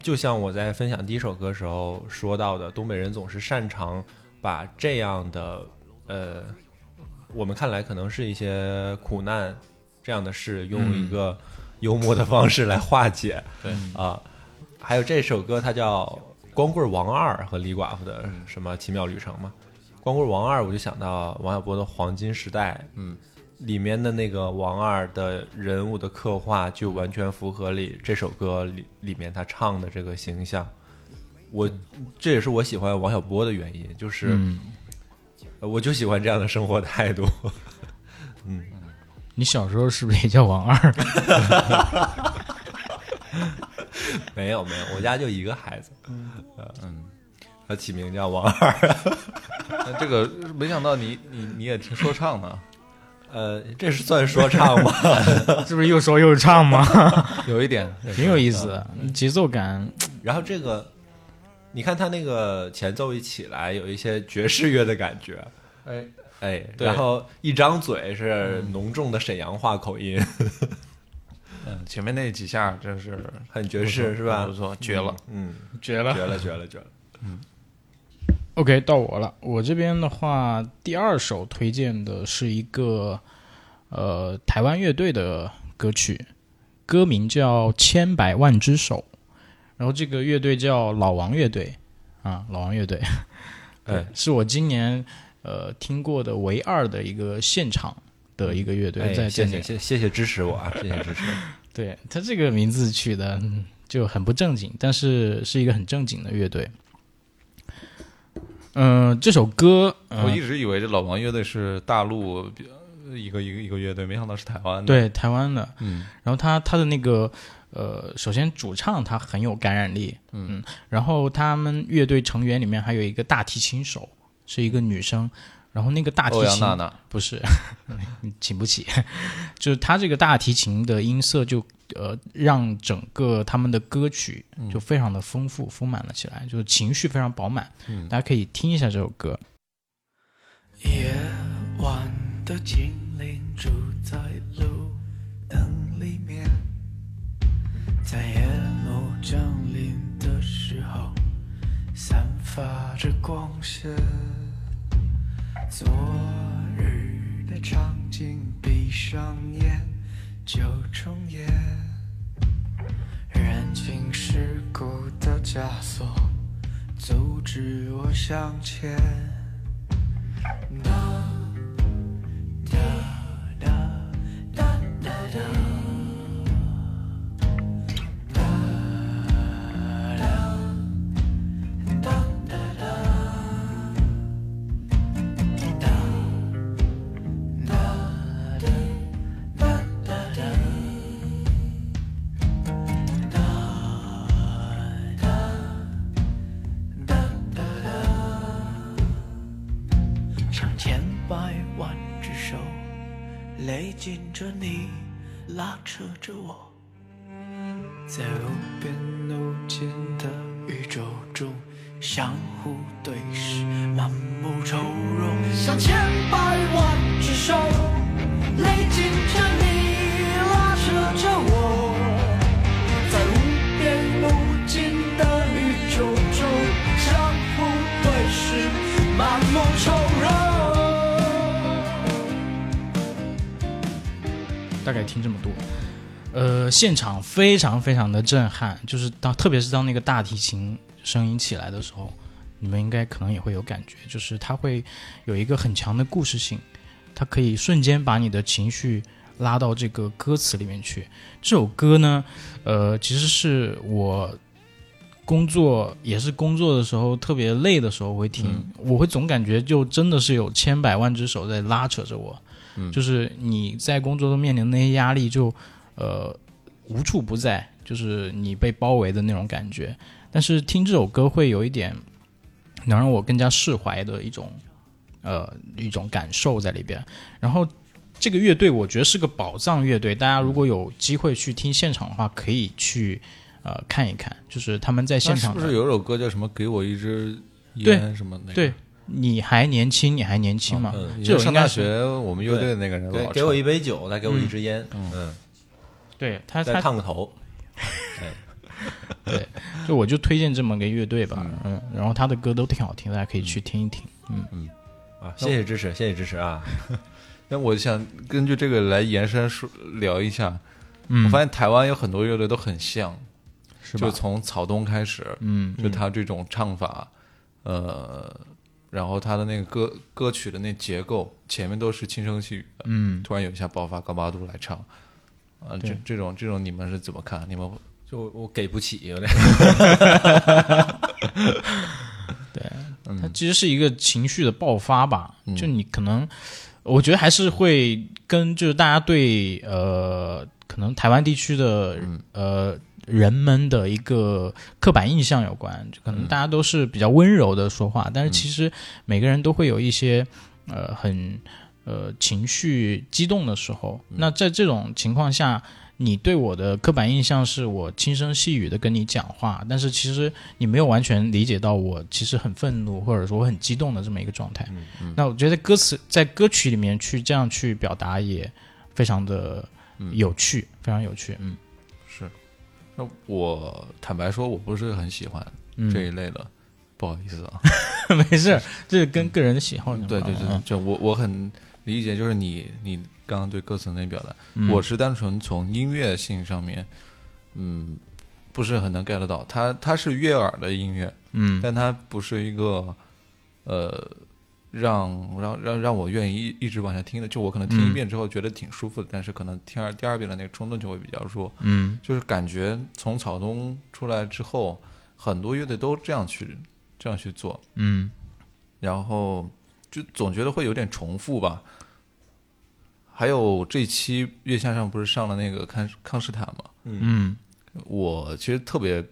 Speaker 2: 就像我在分享第一首歌时候说到的，东北人总是擅长把这样的呃，我们看来可能是一些苦难这样的事，用一个幽默的方式来化解。
Speaker 1: 对
Speaker 2: 啊，还有这首歌它叫《光棍王二》和李寡妇的
Speaker 1: 嗯
Speaker 2: 什么奇妙旅程嘛。光棍王二，我就想到王小波的《黄金时代》，
Speaker 1: 嗯，
Speaker 2: 里面的那个王二的人物的刻画，就完全符合里这首歌里里面他唱的这个形象。我这也是我喜欢王小波的原因，就是、
Speaker 3: 嗯，
Speaker 2: 呃我就喜欢这样的生活态度。
Speaker 3: 你小时候是不是也叫王 二？
Speaker 2: 没有没有，我家就一个孩子，嗯，他起名叫王二。
Speaker 1: 那这个没想到你你你也听说唱呢，
Speaker 2: 呃，这是算说唱吗？
Speaker 3: 是不是又说又唱吗？
Speaker 1: 有一点，嗯
Speaker 2: 嗯
Speaker 3: 挺有意思的，节奏感。
Speaker 2: 然后这个你看他那个前奏一起来，有一些爵士乐的感觉，
Speaker 1: 哎，
Speaker 2: 哎，
Speaker 1: 对
Speaker 2: 然后一张嘴是浓重的沈阳话口音，
Speaker 1: 嗯，前面那几下真是
Speaker 2: 很爵士是吧？
Speaker 1: 不错，绝了，
Speaker 2: 嗯，
Speaker 3: 绝
Speaker 2: 嗯，绝了，绝了，绝了。
Speaker 3: OK，到我了。我这边的话，第二首推荐的是一个呃台湾乐队的歌曲，歌名叫《千百万只手》，然后这个乐队叫老王乐队啊，老王乐队，
Speaker 2: 哎，
Speaker 3: 是我今年呃听过的唯二的一个现场的一个乐队，
Speaker 2: 哎，
Speaker 3: 在
Speaker 2: 谢
Speaker 3: 这
Speaker 2: 谢
Speaker 3: 里。
Speaker 2: 谢谢谢支持我啊，谢谢支 持。
Speaker 3: 对他这个名字取的嗯就很不正经，但是是一个很正经的乐队。嗯、这首歌，呃、
Speaker 1: 哦我一直以为这老王乐队是大陆比呃一个一个一个乐队，没想到是台湾的。，
Speaker 3: 对，台湾的。
Speaker 1: 嗯，
Speaker 3: 然后他他的那个呃，首先主唱他很有感染力，嗯然后他们乐队成员里面还有一个大提琴手，是一个女生，然后那个大提
Speaker 1: 欧阳
Speaker 3: 琴
Speaker 1: 娜娜，
Speaker 3: 不是， 请不起，就是他这个大提琴的音色就呃，让整个他们的歌曲
Speaker 1: 嗯
Speaker 3: 就非常的丰富、丰满了起来，就是情绪非常饱满，
Speaker 1: 嗯
Speaker 3: 大家可以听一下这首歌。
Speaker 7: 夜晚的精灵住在路灯里面，在夜幕降临的时候，散发着光线。昨日的场景，闭上眼就重演。人情世故的枷锁，阻止我向前。像千百万只手，勒紧着你，拉扯着我，在无边无尽的宇宙中相互对视，满目愁容。像千百万只手，勒紧着你，拉扯着我，在无边无尽的宇宙中相互对视，满目愁容。
Speaker 3: 大概听这么多。呃，现场非常非常的震撼，就是当特别是当那个大提琴声音起来的时候，你们应该可能也会有感觉，就是它会有一个很强的故事性，它可以瞬间把你的情绪拉到这个歌词里面去。这首歌呢，呃，其实是我工作也是工作的时候特别累的时候我会听，我会总感觉就真的是有千百万只手在拉扯着我，就是你在工作中面临的那些压力就，呃无处不在，就是你被包围的那种感觉。但是听这首歌会有一点能让我更加释怀的一种呃一种感受在里边。然后这个乐队我觉得是个宝藏乐队，大家如果有机会去听现场的话，可以去呃看一看，就是他们在现
Speaker 1: 那是
Speaker 3: 场
Speaker 1: 不
Speaker 3: 的
Speaker 1: 是有首歌叫什么“给我一支烟”什么那个？
Speaker 3: 对。你还年轻，你还年轻嘛？
Speaker 1: 嗯，
Speaker 3: 这
Speaker 1: 就
Speaker 3: 首应
Speaker 1: 上
Speaker 3: 该
Speaker 1: 大
Speaker 3: 是
Speaker 1: 学我们乐队的那个人
Speaker 2: 对
Speaker 1: 老，
Speaker 2: 给我一
Speaker 1: 唱
Speaker 2: 杯酒，再给我一支烟，嗯，
Speaker 3: 对他
Speaker 2: 再
Speaker 3: 他
Speaker 2: 烫
Speaker 1: 嗯
Speaker 2: 个 头。
Speaker 3: 对，就我就推荐这么个乐队吧，嗯，然后他的歌都挺好听的，大家可以去听一听。嗯
Speaker 1: 嗯
Speaker 2: 啊，谢谢支持，谢谢支持啊！
Speaker 1: 那我想根据这个来延伸说聊一下，
Speaker 3: 嗯
Speaker 1: 我发现台湾有很多乐队都很像，
Speaker 3: 是吧
Speaker 1: 就从草东开始，
Speaker 3: 嗯，
Speaker 1: 就他这种唱法，呃，然后他的那个歌歌曲的那结构，前面都是轻声细语的，
Speaker 3: 嗯，
Speaker 1: 突然有一下爆发，高八度来唱，啊、这这种这种你们是怎么看？你们
Speaker 2: 就我给不起，有 点
Speaker 3: 它其实是一个情绪的爆发吧，就你可能，我觉得还是会跟就是大家对呃，可能台湾地区的、呃人们的一个刻板印象有关，就可能大家都是比较温柔的说话，但是其实每个人都会有一些
Speaker 1: 嗯
Speaker 3: 呃很呃情绪激动的时候，那在这种情况下。你对我的刻板印象是我轻声细语的跟你讲话，但是其实你没有完全理解到我其实很愤怒或者说我很激动的这么一个状态。
Speaker 1: 嗯
Speaker 3: 那我觉得歌词在歌曲里面去这样去表达也非常的
Speaker 1: 嗯
Speaker 3: 有趣，非常有趣。嗯
Speaker 1: 是，那我坦白说，我不是很喜欢
Speaker 2: 嗯
Speaker 1: 这一类的，不好意思 啊。
Speaker 3: 没事儿，这是跟个人的喜好有关。
Speaker 1: 对对对，
Speaker 3: 嗯
Speaker 1: 就我我很理解，就是你你刚刚对歌词那表达，
Speaker 3: 嗯
Speaker 1: 我是单纯从音乐性上面，嗯，不是很能 get 到。它它是悦耳的音乐，
Speaker 3: 嗯
Speaker 1: 但它不是一个呃让让让让我愿意一直往下听的。就我可能
Speaker 3: 嗯
Speaker 1: 听一遍之后觉得挺舒服的，但是可能听二第二遍的那个冲动就会比较弱。
Speaker 3: 嗯
Speaker 1: 就是感觉从草东出来之后，很多乐队都这样去这样去做，
Speaker 3: 嗯，
Speaker 1: 然后就总觉得会有点重复吧。还有这期月下上不是上了那个康康斯坦嘛？
Speaker 3: 嗯
Speaker 1: 我其实特别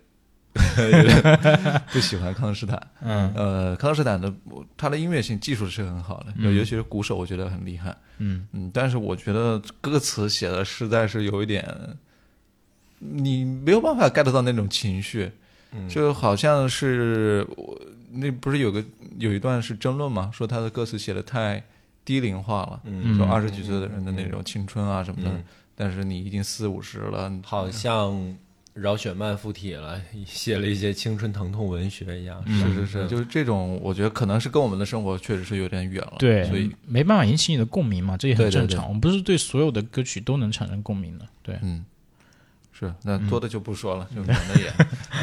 Speaker 1: 有点不喜欢康斯坦。
Speaker 3: 嗯
Speaker 1: 呃，康斯坦的他的音乐性技术是很好的，尤其是鼓手，我觉得很厉害。
Speaker 3: 嗯
Speaker 1: 嗯，但是我觉得歌词写的实在是有一点，你没有办法 get 到那种情绪，就好像是我那不是有个有一段是争论嘛，说他的歌词写的太低龄化了，说
Speaker 2: 嗯
Speaker 1: 二十几岁的人的那种青春啊什么的，但是你已经四五十了，
Speaker 2: 好像饶雪漫附体了，写了一些青春疼痛文学一样。
Speaker 1: 是是是，就是这种，我觉得可能是跟我们的生活确实是有点远了，
Speaker 3: 对，
Speaker 1: 啊所以
Speaker 3: 没办法引起你的共鸣嘛，这也很
Speaker 1: 对对
Speaker 3: 正
Speaker 1: 对
Speaker 3: 常。我们不是对所有的歌曲都能产生共鸣的，对，嗯
Speaker 1: 嗯。是，那
Speaker 2: 嗯
Speaker 1: 多的就不说了，就免得 也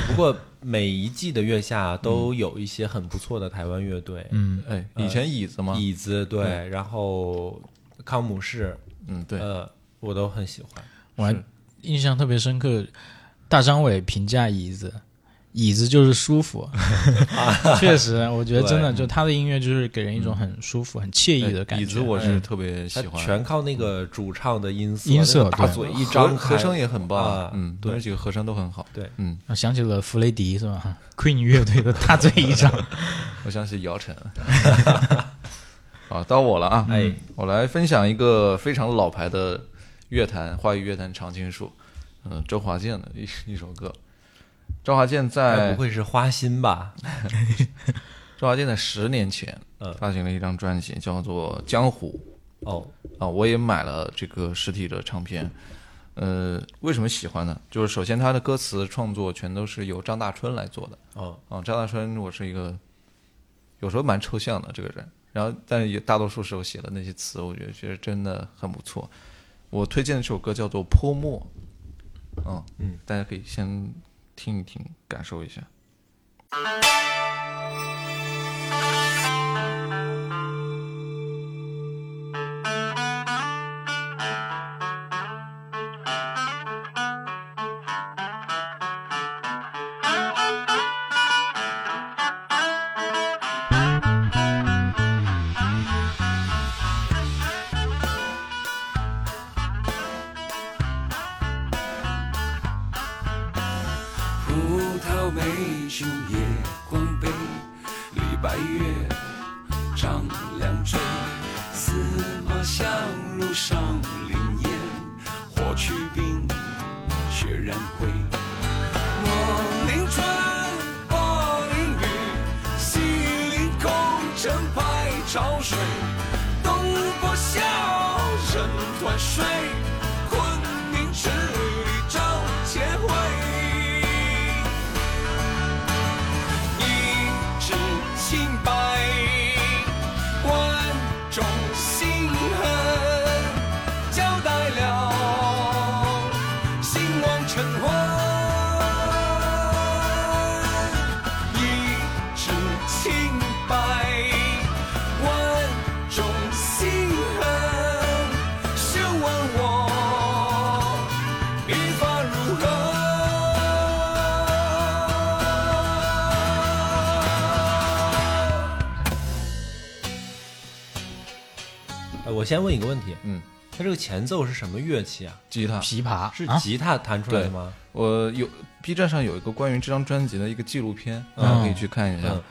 Speaker 2: 不过每一季的月下都有一些很不错的台湾乐队，呃
Speaker 3: 嗯
Speaker 1: 哎，以前椅子嘛，
Speaker 2: 椅子对，然后康姆士，
Speaker 1: 嗯，对，
Speaker 2: 呃，我都很喜欢。
Speaker 3: 我还印象特别深刻，大张伟评价椅子，椅子就是 舒服， 确实，我觉得真的就他的音乐就是给人一种很 舒服、很惬意的感觉。
Speaker 1: 椅子我是特别喜欢，
Speaker 2: 他嗯全靠那个主唱的嗯音色，
Speaker 3: 音色
Speaker 2: 那个大
Speaker 3: 对
Speaker 2: 嘴一张
Speaker 1: 和
Speaker 2: 开，
Speaker 1: 和声也很棒
Speaker 2: 啊，
Speaker 1: 嗯，
Speaker 2: 对
Speaker 1: 那几个和声都很好。
Speaker 2: 对
Speaker 1: 嗯，
Speaker 3: 我想起了弗雷迪是吧？Queen 乐队的大醉一 场，
Speaker 1: 我想起姚 晨。 啊，到我了啊！
Speaker 2: 哎，
Speaker 1: 我来分享一个非常老牌的乐坛华语乐坛常青树，嗯、周华健的一一首歌。周华健
Speaker 2: 该
Speaker 1: 在
Speaker 2: 哎不会是花心吧？
Speaker 1: 周华健在十年前
Speaker 2: 嗯
Speaker 1: 发行了一张专辑，叫做《江湖》。
Speaker 2: 哦，
Speaker 1: 啊，我也买了这个实体的唱片。呃，为什么喜欢呢？就是首先他的歌词创作全都是由张大春来做的。
Speaker 2: 哦，
Speaker 1: 啊，张大春我是一个有时候蛮抽象的这个人，然后但是也大多数时候写的那些词，我觉得其实真的很不错。我推荐的这首歌叫做《泼墨》，嗯嗯，大家可以先听一听，感受一下。
Speaker 4: 葡萄美酒夜光杯，李白月，张良追，司马相如上林烟，火去冰，雪染灰。莫临春，八陵雨，西陵空城拍潮水，东坡笑人断水，昆明十里照千回。一纸清白，万种心痕，交代了兴亡尘寰。一纸清白，万种心痕，休问我笔法如何。
Speaker 2: 哎我先问一个问题，
Speaker 1: 嗯，
Speaker 2: 它这个前奏是什么乐器啊？
Speaker 1: 吉他
Speaker 3: 琵琶
Speaker 2: 是
Speaker 3: 啊，
Speaker 2: 吉他弹出来的吗？
Speaker 1: 我有 B 站上有一个关于这张专辑的一个纪录片，大家可以去看一下。
Speaker 2: 嗯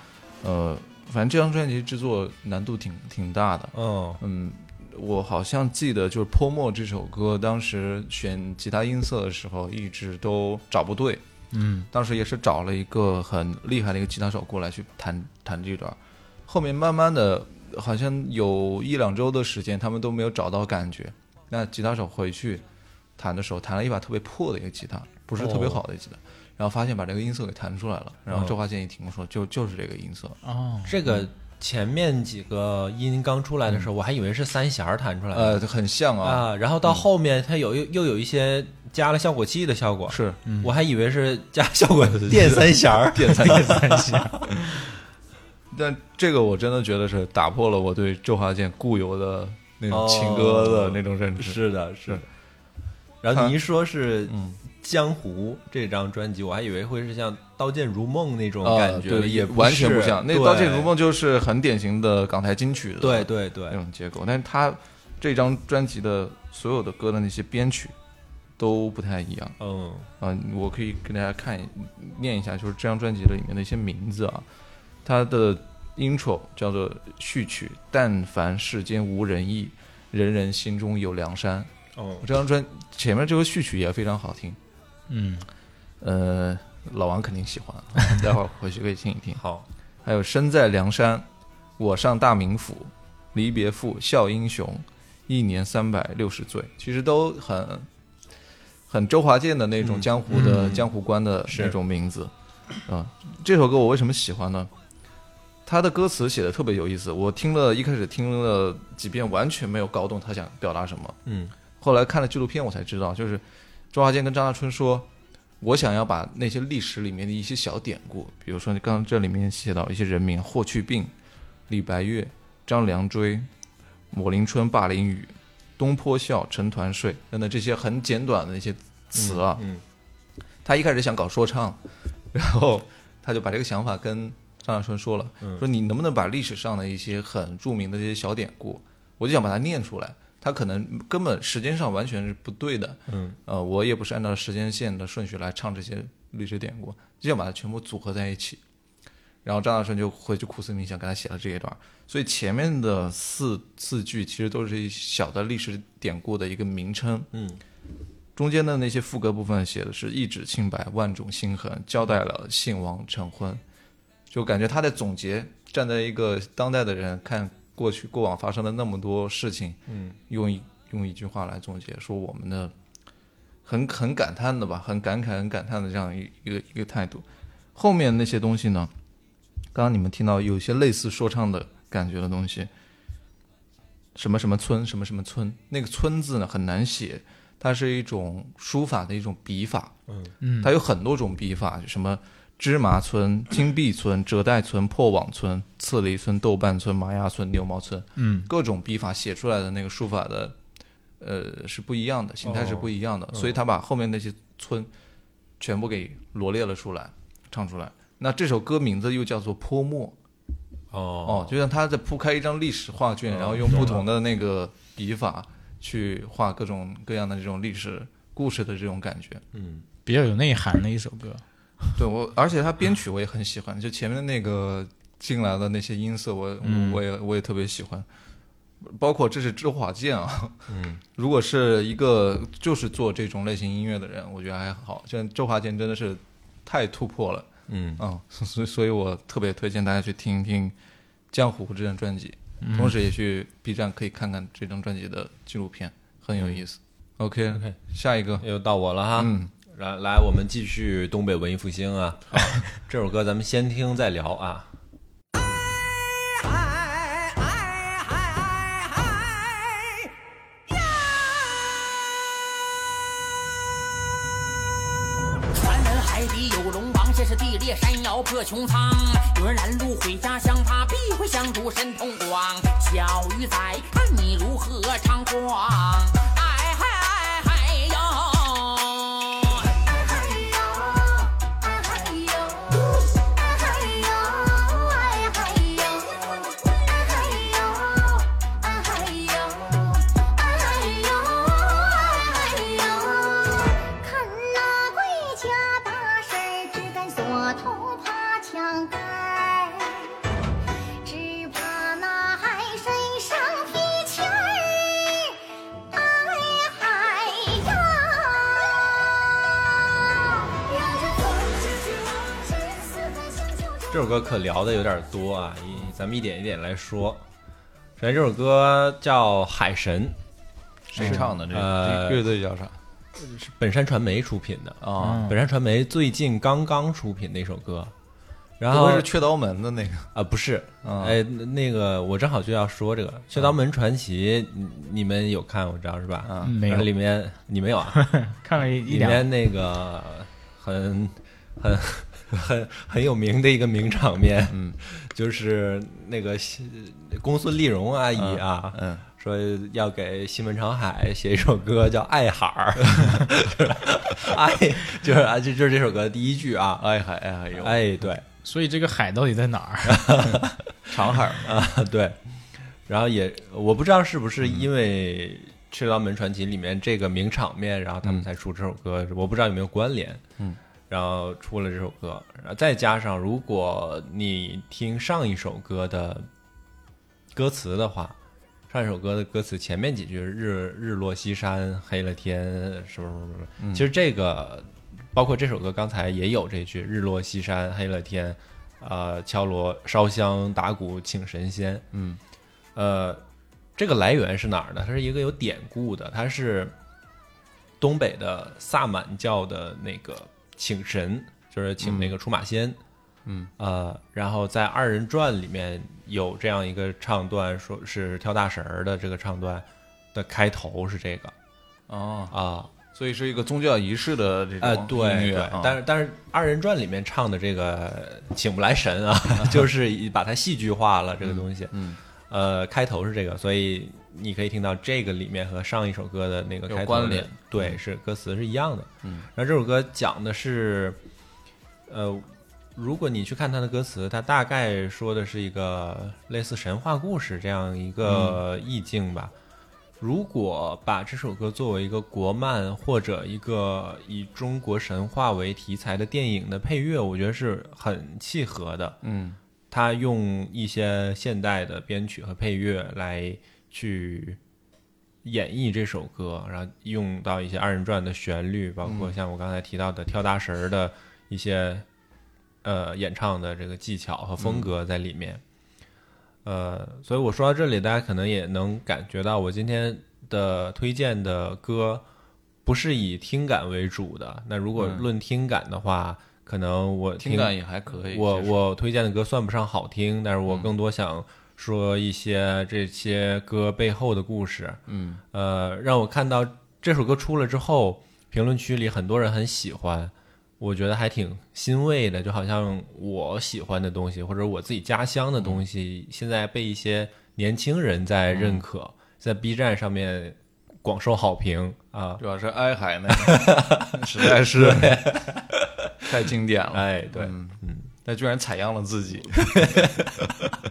Speaker 1: 呃，反正这张专辑制作难度挺挺大的，
Speaker 2: 哦，
Speaker 1: 嗯，我好像记得，就是《泼墨》这首歌，当时选吉他音色的时候，一直都找不对。
Speaker 3: 嗯，
Speaker 1: 当时也是找了一个很厉害的一个吉他手过来去弹弹这段儿，后面慢慢的，好像有一两周的时间，他们都没有找到感觉。那吉他手回去弹的时候，弹了一把特别破的一个吉他，不是特别
Speaker 2: 哦
Speaker 1: 好的吉他，然后发现把这个音色给弹出来了。然后周华健一听说，就就是这个音色，
Speaker 3: 哦，
Speaker 2: 这个前面几个音刚出来的时候，我还以为是三弦儿弹出来的
Speaker 1: 嗯呃，很像啊，
Speaker 2: 啊，然后到后面它有又又有一些加了效果器的效果，
Speaker 1: 是嗯
Speaker 2: 我还以为是加效果电三弦儿，电三
Speaker 3: 三弦，
Speaker 1: 但这个我真的觉得是打破了我对周华健固有的那种
Speaker 2: 哦
Speaker 1: 情歌的那种认知。
Speaker 2: 是的，是的。然后你一说是
Speaker 1: 嗯
Speaker 2: 《江湖》这张专辑，我还以为会是像《刀剑如梦》那种
Speaker 1: 啊
Speaker 2: 感觉，
Speaker 1: 对，
Speaker 2: 也
Speaker 1: 完全
Speaker 2: 不
Speaker 1: 不
Speaker 2: 是
Speaker 1: 像。那《
Speaker 2: 对
Speaker 1: 刀剑如梦》就是很典型的港台金曲的
Speaker 2: 对对对
Speaker 1: 那，种结构，但是他这张专辑的所有的歌的那些编曲都不太一样。
Speaker 2: 嗯，
Speaker 1: 嗯、我可以给大家看一念一下，就是这张专辑的里面的一些名字啊，它的 intro 叫做序曲，但凡世间无人意，人人心中有梁山。
Speaker 2: 哦，
Speaker 1: 这张专前面这个序曲也非常好听，
Speaker 3: 嗯，
Speaker 1: 呃，老王肯定喜欢，待会儿回去可以听一听。
Speaker 2: 好，
Speaker 1: 还有身在梁山，我上大名府，离别赋，笑英雄，一年三百六十醉，其实都很很周华健的那种江湖的、江湖观的那种名字啊、这首歌我为什么喜欢呢？他的歌词写的特别有意思，我听了一开始听了几遍，完全没有搞懂他想表达什么。
Speaker 2: 嗯，
Speaker 1: 后来看了纪录片，我才知道，就是周华健跟张大春说，我想要把那些历史里面的一些小典故，比如说你刚刚这里面写到一些人名，霍去病、李白月、张良追、抹林春、霸凌雨、东坡笑、陈团睡等等这些很简短的一些词啊。
Speaker 2: 嗯，
Speaker 1: 他一开始想搞说唱，然后他就把这个想法跟张大春说了，
Speaker 2: 嗯
Speaker 1: 说你能不能把历史上的一些很著名的这些小典故，我就想把它念出来。他可能根本时间上完全是不对的，
Speaker 2: 嗯，
Speaker 1: 呃，我也不是按照时间线的顺序来唱这些历史典故，就想把它全部组合在一起。然后张大春就回去苦思冥想，给他写了这一段。所以前面的四四句其实都是一小的历史典故的一个名称，
Speaker 2: 嗯，
Speaker 1: 中间的那些副歌部分写的是一指清白，万种心痕，交代了信王成婚，就感觉他在总结，站在一个当代的人看过去过往发生的那么多事情，嗯，用一用一句话来总结，说我们的很很感叹的吧，很感慨、很感叹的这样一一个一个态度。后面那些东西呢，刚刚你们听到有些类似说唱的感觉的东西，什么什么村，什么什么村，那个村字呢很难写，它是一种书法的一种笔法，嗯，它有很多种笔法，什么芝麻村、金币村、折带村、破网村、刺梨村、豆瓣村、麻鸭村、牛毛村，
Speaker 3: 嗯，
Speaker 1: 各种笔法写出来的那个书法的，呃，是不一样的，形态是不一样的，所以他把后面那些村全部给罗列了出来，唱出来。那这首歌名字又叫做《泼墨》
Speaker 2: 哦
Speaker 1: 哦，就像他在铺开一张历史画卷，然后用不同的那个笔法去画各种各样的这种历史故事的这种感觉。
Speaker 3: 比较有内涵的一首歌，
Speaker 1: 对我，而且他编曲我也很喜欢，就前面的那个进来的那些音色我，我、我也我也特别喜欢，包括这是周华健啊，嗯， 如果是一个就是做这种类型音乐的人，我觉得还好，像周华健真的是太突破了，
Speaker 2: 嗯
Speaker 1: 嗯，所以所以我特别推荐大家去听一听《江湖》这张专辑，同时也去 B 站可以看看这张专辑的纪录片，很有意思。OK 嗯
Speaker 2: OK
Speaker 1: 下一个，
Speaker 2: 又到我了哈，
Speaker 1: 嗯，
Speaker 2: 来来，我们继续东北文艺复兴啊，好 这首歌咱们先听再聊啊，
Speaker 4: 哎哎哎哎哎呀！
Speaker 8: 传闻海底有龙王，这是地裂山摇破穹苍。有人拦路毁家乡，他必会相助身痛光。小鱼仔，看你如何猖狂！哎嗨哎嗨哟！
Speaker 5: 看那贵家大事儿，只敢锁头爬墙根儿。只怕那海身上皮钱儿
Speaker 2: 这首歌可聊的有点多啊，一咱们一点一点来说。首先，这首歌叫《海神
Speaker 1: 谁唱的？这
Speaker 2: 呃
Speaker 1: 个乐队叫啥？》，
Speaker 2: 是本山传媒出品的。嗯
Speaker 1: 啊，
Speaker 2: 本山传媒最近刚刚出品的一首歌，然
Speaker 1: 不
Speaker 2: 后
Speaker 1: 会是雀刀门的那个？
Speaker 2: 啊，不是，
Speaker 1: 啊
Speaker 2: 哎，那那个我正好就要说这个《雀刀门传奇》你，你们有看我知道是吧？
Speaker 1: 啊
Speaker 3: 没有
Speaker 2: 然后里面你没有啊？
Speaker 3: 看了一
Speaker 2: 里
Speaker 3: 两
Speaker 2: 面那个很很很很有名的一个名场面，嗯，就是那个西公孙丽蓉阿姨啊，
Speaker 1: 嗯，
Speaker 2: 说要给西门长海写一首歌叫《爱海儿》， 爱就是啊，就就是这首歌第一句啊，
Speaker 1: 哎嗨哎嗨呦，
Speaker 2: 哎，对，
Speaker 3: 所以这个海到底在哪儿？
Speaker 1: 长海儿
Speaker 2: 啊，对，然后也我不知道是不是因为《赤道门传奇》里面这个名场面，然后他们才出这首歌，我不知道有没有关联。
Speaker 1: 嗯，
Speaker 2: 然后出了这首歌，然后再加上如果你听上一首歌的歌词的话，上一首歌的歌词前面几句日日落西山，黑了天，什么什么什么，其实这个包括这首歌刚才也有这句日落西山，黑了天。呃，敲锣、烧香、打鼓请神仙。
Speaker 1: 嗯，
Speaker 2: 呃，这个来源是哪儿呢？它是一个有典故的，它是东北的萨满教的那个请神，就是请那个出马仙。
Speaker 1: 嗯，
Speaker 2: 呃，然后在二人转里面有这样一个唱段，说是跳大神儿的这个唱段的开头是这个
Speaker 1: 哦，
Speaker 2: 啊，
Speaker 1: 所以是一个宗教仪式的这
Speaker 2: 呃，
Speaker 1: 种音
Speaker 2: 对
Speaker 1: 乐
Speaker 2: 对
Speaker 1: 啊，
Speaker 2: 但是但是二人转里面唱的这个请不来神啊， 就是以把它戏剧化了这个东西。
Speaker 1: 嗯，
Speaker 2: 呃，开头是这个，所以你可以听到这个里面和上一首歌的那个
Speaker 1: 有
Speaker 2: 开头
Speaker 1: 关
Speaker 2: 的
Speaker 1: 联
Speaker 2: 对，是歌词是一样的。
Speaker 1: 嗯，
Speaker 2: 然后这首歌讲的是，呃，如果你去看它的歌词，它大概说的是一个类似神话故事这样一
Speaker 1: 嗯
Speaker 2: 个意境吧。如果把这首歌作为一个国漫或者一个以中国神话为题材的电影的配乐，我觉得是很契合的。
Speaker 1: 嗯
Speaker 2: 他用一些现代的编曲和配乐来去演绎这首歌，然后用到一些二人转的旋律，包括像我刚才提到的跳大神儿的一些呃演唱的这个技巧和
Speaker 1: 嗯
Speaker 2: 风格在里面。呃，所以我说到这里，大家可能也能感觉到我今天的推荐的歌不是以听感为主的。那如果
Speaker 1: 嗯
Speaker 2: 论听感的话，可能我
Speaker 1: 听感也还可以。
Speaker 2: 我
Speaker 1: 其实嗯
Speaker 2: 我推荐的歌算不上好听，但是我更多想说一些这些歌背后的故事。
Speaker 1: 嗯
Speaker 2: 呃，让我看到这首歌出了之后，评论区里很多人很喜欢，我觉得还挺欣慰的。就好像我喜欢的东西，或者我自己家乡的东西，现在被一些年轻人在认可，
Speaker 1: 嗯
Speaker 2: 在 B 站上面广受好评啊。
Speaker 1: 主要是哀海那个， 实在是 太经典了。
Speaker 2: 哎，对，
Speaker 1: 嗯嗯，那居然采样了自己。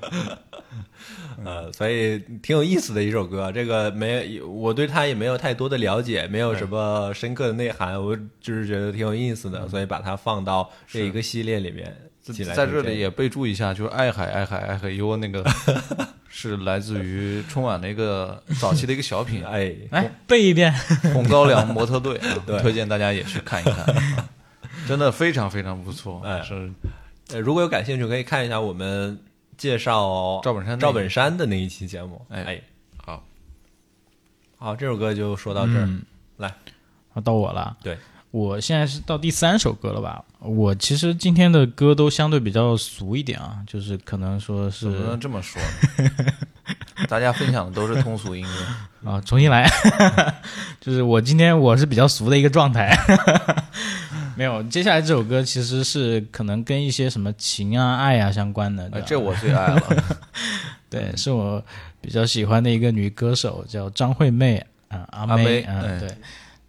Speaker 2: 呃，所以挺有意思的一首歌。这个没，我对它也没有太多的了解，没有什么深刻的内涵，我就是觉得挺有意思的，所以把它放到这一个系列里面进来。，
Speaker 1: 嗯在这里也备注一下，就是“爱海爱海爱海哟”那 个是来自于春晚的一个早期的一个小 品
Speaker 2: 哎，
Speaker 3: 来背一遍。
Speaker 1: 《 红高粱模特 队》
Speaker 2: 对
Speaker 1: 啊，推荐大家也去看一 看，啊真的非常非常不错。
Speaker 2: 哎
Speaker 1: 是
Speaker 2: 呃如果有感兴趣，可以看一下我们介绍
Speaker 1: 赵本山那
Speaker 2: 赵本山的那一期节目。
Speaker 1: 哎
Speaker 2: 哎，
Speaker 1: 好，
Speaker 2: 好，这首歌就说到这儿。
Speaker 3: 嗯
Speaker 2: 来，
Speaker 3: 啊到我了。
Speaker 2: 对，
Speaker 3: 我现在是到第三首歌了吧？我其实今天的歌都相对比较俗一点啊，就是可能说是
Speaker 1: 怎么能这么说呢？ 大家分享的都是通俗音乐，
Speaker 3: 啊，重新来，就是我今天我是比较俗的一个状态， 没有。接下来这首歌其实是可能跟一些什么情啊、爱啊相关的，
Speaker 1: 哎，
Speaker 3: 对吧
Speaker 1: 这我最爱了。
Speaker 3: 对，是我比较喜欢的一个女歌手，叫张惠妹啊、阿
Speaker 1: 阿妹
Speaker 3: 啊、
Speaker 1: 哎
Speaker 3: 对。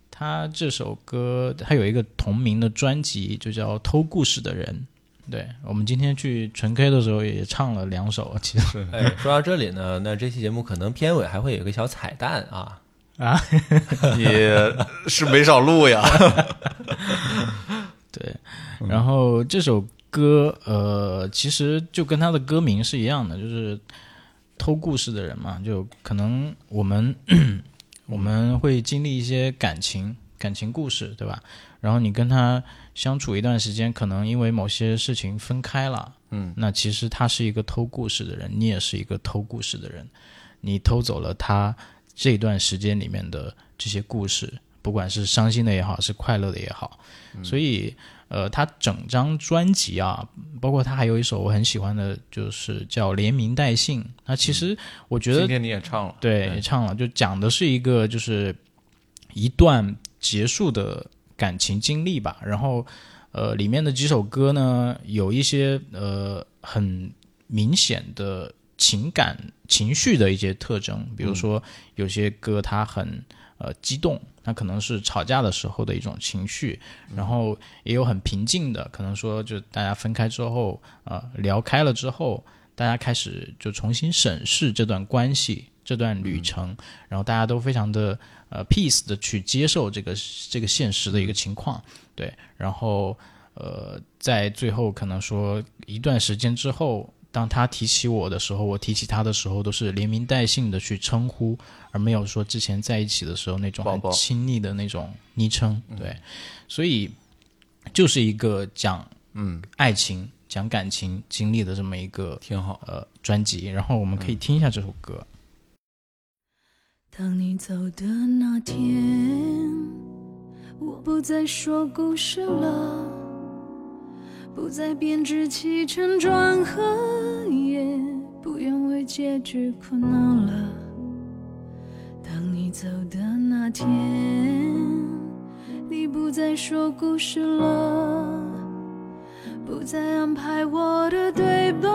Speaker 3: 她这首歌，她有一个同名的专辑，就叫《偷故事的人》。对我们今天去纯 K 的时候也唱了两首，其实
Speaker 2: 哎，说到这里呢， 那这期节目可能片尾还会有一个小彩蛋啊。
Speaker 3: 啊，
Speaker 1: 也是没少录 呀。
Speaker 3: 对，然后这首歌，呃，其实就跟它的歌名是一样的，就是偷故事的人嘛，就可能我们 我们会经历一些感情感情故事，对吧？然后你跟他相处一段时间，可能因为某些事情分开了，
Speaker 1: 嗯，
Speaker 3: 那其实他是一个偷故事的人，你也是一个偷故事的人，你偷走了他这段时间里面的这些故事，不管是伤心的也好，是快乐的也好，
Speaker 1: 嗯
Speaker 3: 所以呃，他整张专辑啊，包括他还有一首我很喜欢的，就是叫《连名带姓》，那其实我觉得
Speaker 1: 嗯今天你也唱了，
Speaker 3: 对，也唱了，就讲的是一个就是一段结束的感情经历吧。然后，呃，里面的几首歌呢，有一些呃很明显的情感情绪的一些特征，比
Speaker 1: 嗯
Speaker 3: 如说有些歌它很呃激动，那可能是吵架的时候的一种情绪，然后也有很平静的，可能说就大家分开之后，呃，聊开了之后，大家开始就重新审视这段关系、这段旅程，然后大家都非常的呃 peace 的去接受这个这个现实的一个情况，对，然后呃，在最后可能说一段时间之后。当他提起我的时候，我提起他的时候，都是连名带姓的去称呼，而没有说之前在一起的时候那种
Speaker 1: 宝宝
Speaker 3: 很亲密的那种昵称。
Speaker 1: 嗯
Speaker 3: 对，所以就是一个讲
Speaker 1: 嗯，
Speaker 3: 爱情、讲感情经历的这么一个
Speaker 1: 挺好。嗯
Speaker 3: 呃专辑，然后我们可以听一下这首歌。
Speaker 9: 当你走的那天，我不再说故事了，不再编织起承转合，也不愿为结局苦恼了。当你走的那天，你不再说故事了。不再安排我的对白，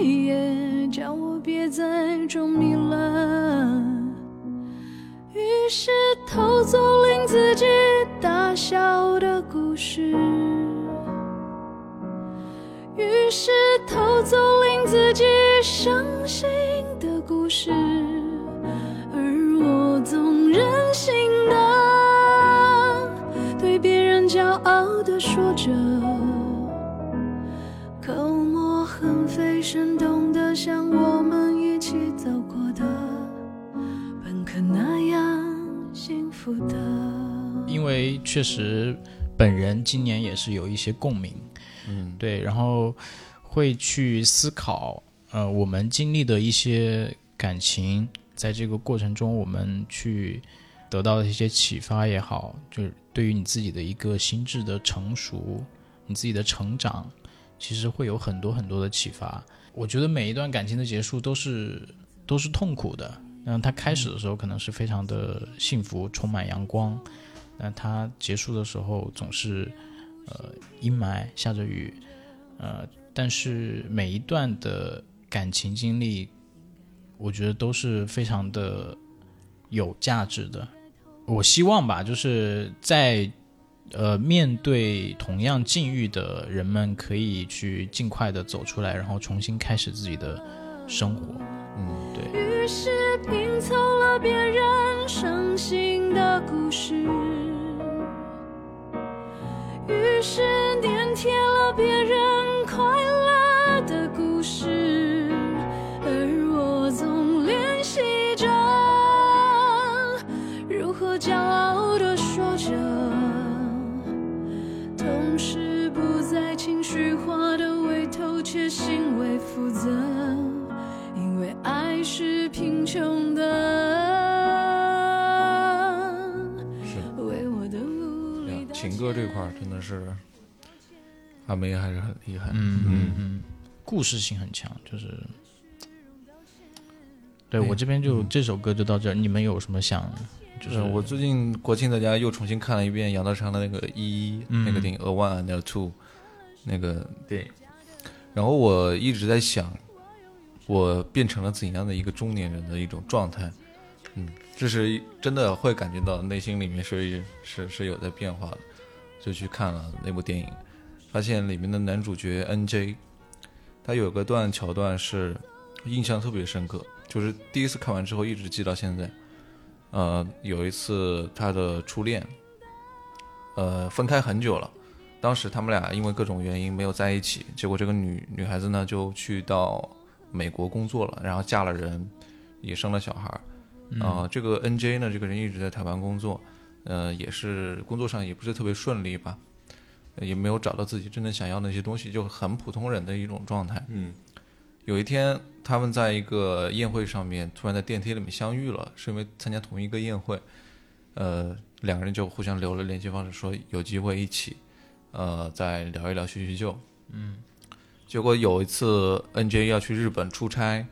Speaker 9: 也叫我别再装迷了。于是偷走令自己大笑的故事，于是偷走令自己伤心的故事，而我总任性的对别人骄傲的说着。口沫横飞，生动的像我们一起走过的，本可那样幸福的。
Speaker 3: 因为确实本人今年也是有一些共鸣，嗯，对，然后会去思考，呃，我们经历的一些感情，在这个过程中，我们去得到的一些启发也好，就是对于你自己的一个心智的成熟，你自己的成长，其实会有很多很多的启发。我觉得每一段感情的结束都是都是痛苦的，那它开始的时候可能是非常的幸福，充满阳光，但它结束的时候总是呃阴霾，下着雨，呃，但是每一段的感情经历，我觉得都是非常的有价值的。我希望吧，就是在呃面对同样境遇的人们，可以去尽快的走出来，然后重新开始自己的生活。
Speaker 1: 嗯，
Speaker 3: 对。
Speaker 9: 于是拼凑了别人伤心的故事，于是粘贴了别人快乐的故事，而我总练习着如何骄傲地说着，同时不再情绪化的为偷窃行为负责。因为爱是贫穷的。为我的无
Speaker 1: 哎
Speaker 9: 力
Speaker 1: 呀
Speaker 9: 打
Speaker 1: 情歌
Speaker 9: 劫
Speaker 1: 这块儿真的是阿梅还是很厉害。
Speaker 3: 嗯嗯嗯，故事性很强，就是。对我这边就这首歌就到这儿，你们有什么想？就
Speaker 1: 就是是嗯呃我最近国庆在家又重新看了一遍杨德昌的那个一、那
Speaker 3: 嗯
Speaker 1: 个电影《A One and a Two》那个电影，然后我一直在想，我变成了怎样的一个中年人的一种状态？嗯，这是一真的会感觉到内心里面是是是有在变化的，就去看了那部电影，发现里面的男主角 N J，他有个段桥段是印象特别深刻，就是第一次看完之后一直记到现在。呃，有一次他的初恋，呃，分开很久了，当时他们俩因为各种原因没有在一起，结果这个女女孩子呢就去到美国工作了，然后嫁了人，也生了小孩儿。啊、这个 N J 呢，这个人一直在台湾工作，呃，也是工作上也不是特别顺利吧，也没有找到自己真正想要的那些东西，就很普通人的一种状态。
Speaker 2: 嗯
Speaker 1: 有一天，他们在一个宴会上面突然在电梯里面相遇了，是因为参加同一个宴会，呃，两个人就互相留了联系方式，说有机会一起，呃，再聊一聊叙叙旧。嗯，结果有一次 NJ 要去日本出差，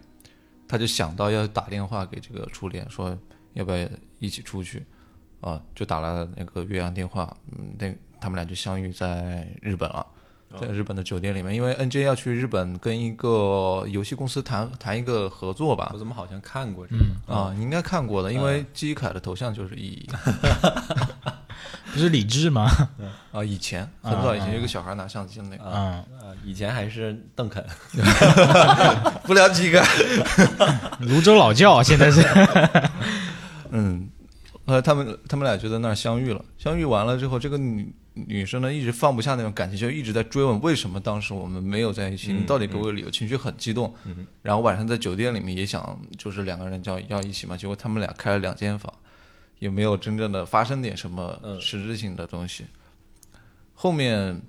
Speaker 1: 他就想到要打电话给这个初恋，说要不要一起出去，啊、就打了那个岳阳电话，嗯，那他们俩就相遇在日本了。在日本的酒店里面，因为 NJ 要去日本跟一个游戏公司谈谈一个合作吧
Speaker 2: 我，怎么好像看过这个？哎
Speaker 1: 啊，你应该看过的，因为基凯的头像就是 E 一
Speaker 3: 不是李志 吗？
Speaker 1: 啊，以前很早以前有一个小孩拿相机的那个，
Speaker 3: 啊，
Speaker 2: 啊，以前还是邓肯，
Speaker 1: 不聊基凯，
Speaker 3: 泸州老窖啊现在是
Speaker 1: 嗯，后来他们他们俩就在那儿相遇了，相遇完了之后，这个女女生呢一直放不下那种感情，就一直在追问为什么当时我们没有在一起，你到底给我理由，情绪很激动，然后晚上在酒店里面也想就是两个人要要一起嘛，结果他们俩开了两间房，也没有真正的发生点什么实质性的东西。后面，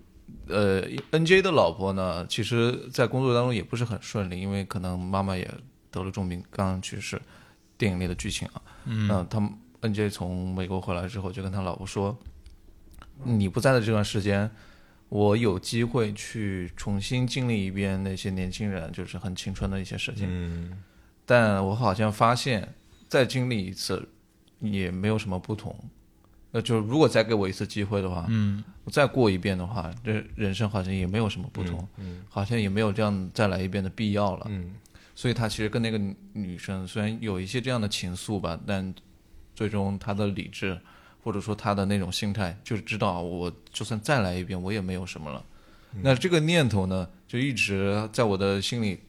Speaker 1: 呃，NJ 的老婆呢，其实在工作当中也不是很顺利，因为可能妈妈也得了重病，刚刚去世。电影里的剧情啊，嗯，他们 NJ 从美国回来之后，就跟他老婆说：“你不在的这段时间，我有机会去重新经历一遍那些年轻人就是很青春的一些事情。
Speaker 2: 嗯，
Speaker 1: 但我好像发现，再经历一次也没有什么不同。那就如果再给我一次机会的话，嗯，我再过一遍的话，这人生好像也没有什么不同，嗯，好像也没有这样再来一遍的必要了，
Speaker 2: 嗯。
Speaker 1: 所以他其实跟那个女女生虽然有一些这样的情愫吧，但最终他的理智或者说他的那种心态，就是知道我就算再来一遍，我也没有什么了。嗯那这个念头呢，就一直在我的心里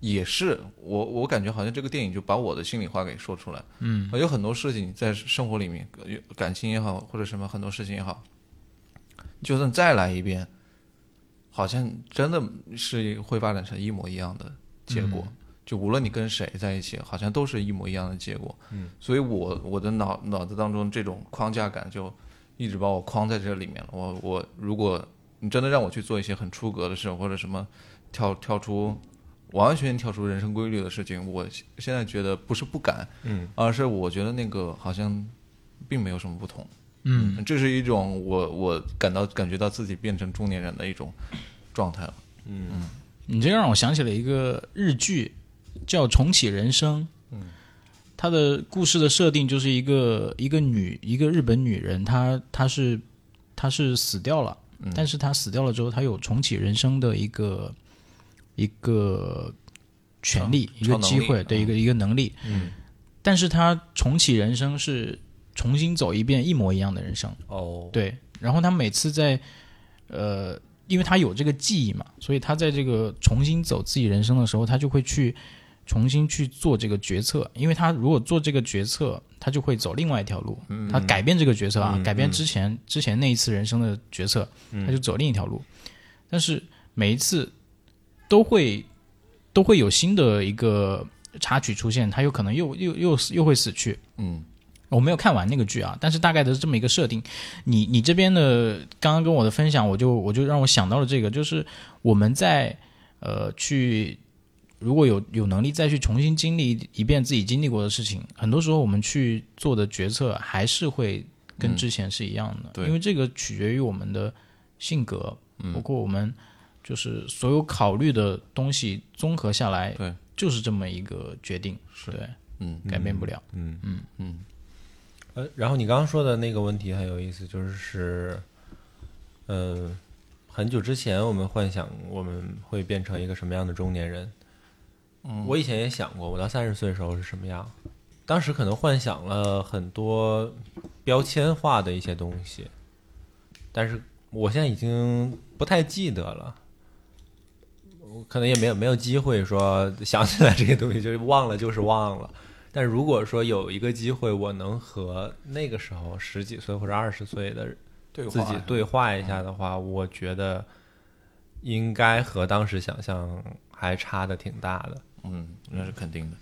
Speaker 1: 也是我，我感觉好像这个电影就把我的心里话给说出来。嗯，有很多事情在生活里面，有感情也好，或者什么很多事情也好，就算再来一遍，好像真的是会发展成一模一样的结果。就无论你跟谁在一起，好像都是一模一样的结果。嗯，所以我我的脑脑子当中这种框架感就一直把我框在这里面了。我我如果你真的让我去做一些很出格的事，或者什么跳跳出完完全全跳出人生规律的事情，我现现在觉得不是不敢，
Speaker 2: 嗯，
Speaker 1: 而是我觉得那个好像并没有什么不同，
Speaker 3: 嗯，
Speaker 1: 这是一种我我感到感觉到自己变成中年人的一种状态了。
Speaker 3: 嗯你这让我想起了一个日剧，叫《重启人生》。嗯，它的故事的设定就是一个一个女一个日本女人，她她是她是死掉了，
Speaker 1: 嗯
Speaker 3: 但是她死掉了之后，她有重启人生的一个一个权利，一
Speaker 1: 超
Speaker 3: 个
Speaker 1: 能力
Speaker 3: 机会，对
Speaker 1: 嗯
Speaker 3: 一个一个能力。嗯，但是她重启人生是重新走一遍一模一样的人生。
Speaker 2: 哦，
Speaker 3: 对，然后他每次在，呃，因为他有这个记忆嘛，所以他在这个重新走自己人生的时候，他就会去重新去做这个决策，因为他如果做这个决策，他就会走另外一条路，他改变这个决策啊，改变之前之前那一次人生的决策，他就走另一条路，但是每一次都会都会有新的一个插曲出现，他有可能又又又又会死去，
Speaker 1: 嗯，
Speaker 3: 我没有看完那个剧啊，但是大概的是这么一个设定。你你这边的刚刚跟我的分享，我就我就让我想到了这个，就是我们在呃去如果有有能力再去重新经历一遍自己经历过的事情，很多时候我们去做的决策还是会跟之前是一样的，
Speaker 1: 嗯对嗯
Speaker 3: 因为这个取决于我们的性格，包括我们就是所有考虑的东西综合下来，
Speaker 1: 对，
Speaker 3: 就是这么一个决定，对，
Speaker 1: 嗯，
Speaker 3: 改变不了，
Speaker 2: 嗯呃，然后你刚刚说的那个问题很有意思，就是，呃，很久之前我们幻想我们会变成一个什么样的中年人。我以前也想过，我到三十岁的时候是什么样。当时可能幻想了很多标签化的一些东西，但是我现在已经不太记得了。我可能也没有没有机会说想起来这些东西，就是忘了就是忘了。但如果说有一个机会，我能和那个时候十几岁或者二十岁的
Speaker 1: 对
Speaker 2: 自己对话一下的话，
Speaker 1: 嗯
Speaker 2: 我觉得应该和当时想象还差的挺大的。嗯
Speaker 1: 嗯，那是肯定的。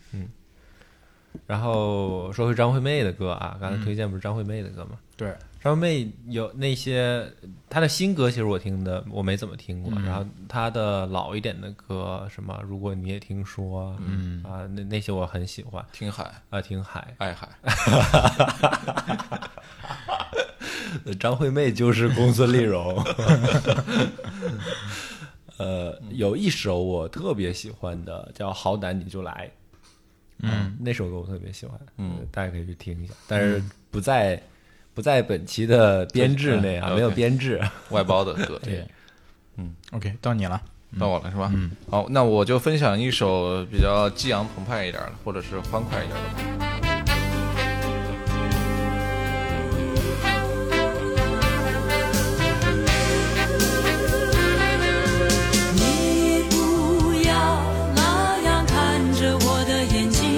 Speaker 2: 然后说回张惠妹的歌啊，刚才推荐不是张惠妹的歌吗？
Speaker 3: 对，
Speaker 2: 张惠妹有那些她的新歌，其实我听的我没怎么听过。然后她的老一点的歌，什么如果你也听说，嗯啊，那那些我很喜欢
Speaker 1: 听海
Speaker 2: 啊，挺海。
Speaker 1: 爱海，
Speaker 2: 张惠妹就是公孙丽 蓉。呃，有一首我特别喜欢的，叫《好歹你就来》。嗯，那首歌我特别喜欢，嗯，大家可以去听一下，但是不在、不在本期的编制内啊，
Speaker 1: 嗯
Speaker 2: 没有
Speaker 1: OK
Speaker 2: 编制。
Speaker 1: 外包的 歌。对，
Speaker 3: OK，到你了。
Speaker 1: 嗯到我了是吧？嗯，好，那我就分享一首比较激昂澎湃一点儿的，或者是欢快一点儿的吧。
Speaker 10: 你不要那样看着我的眼睛，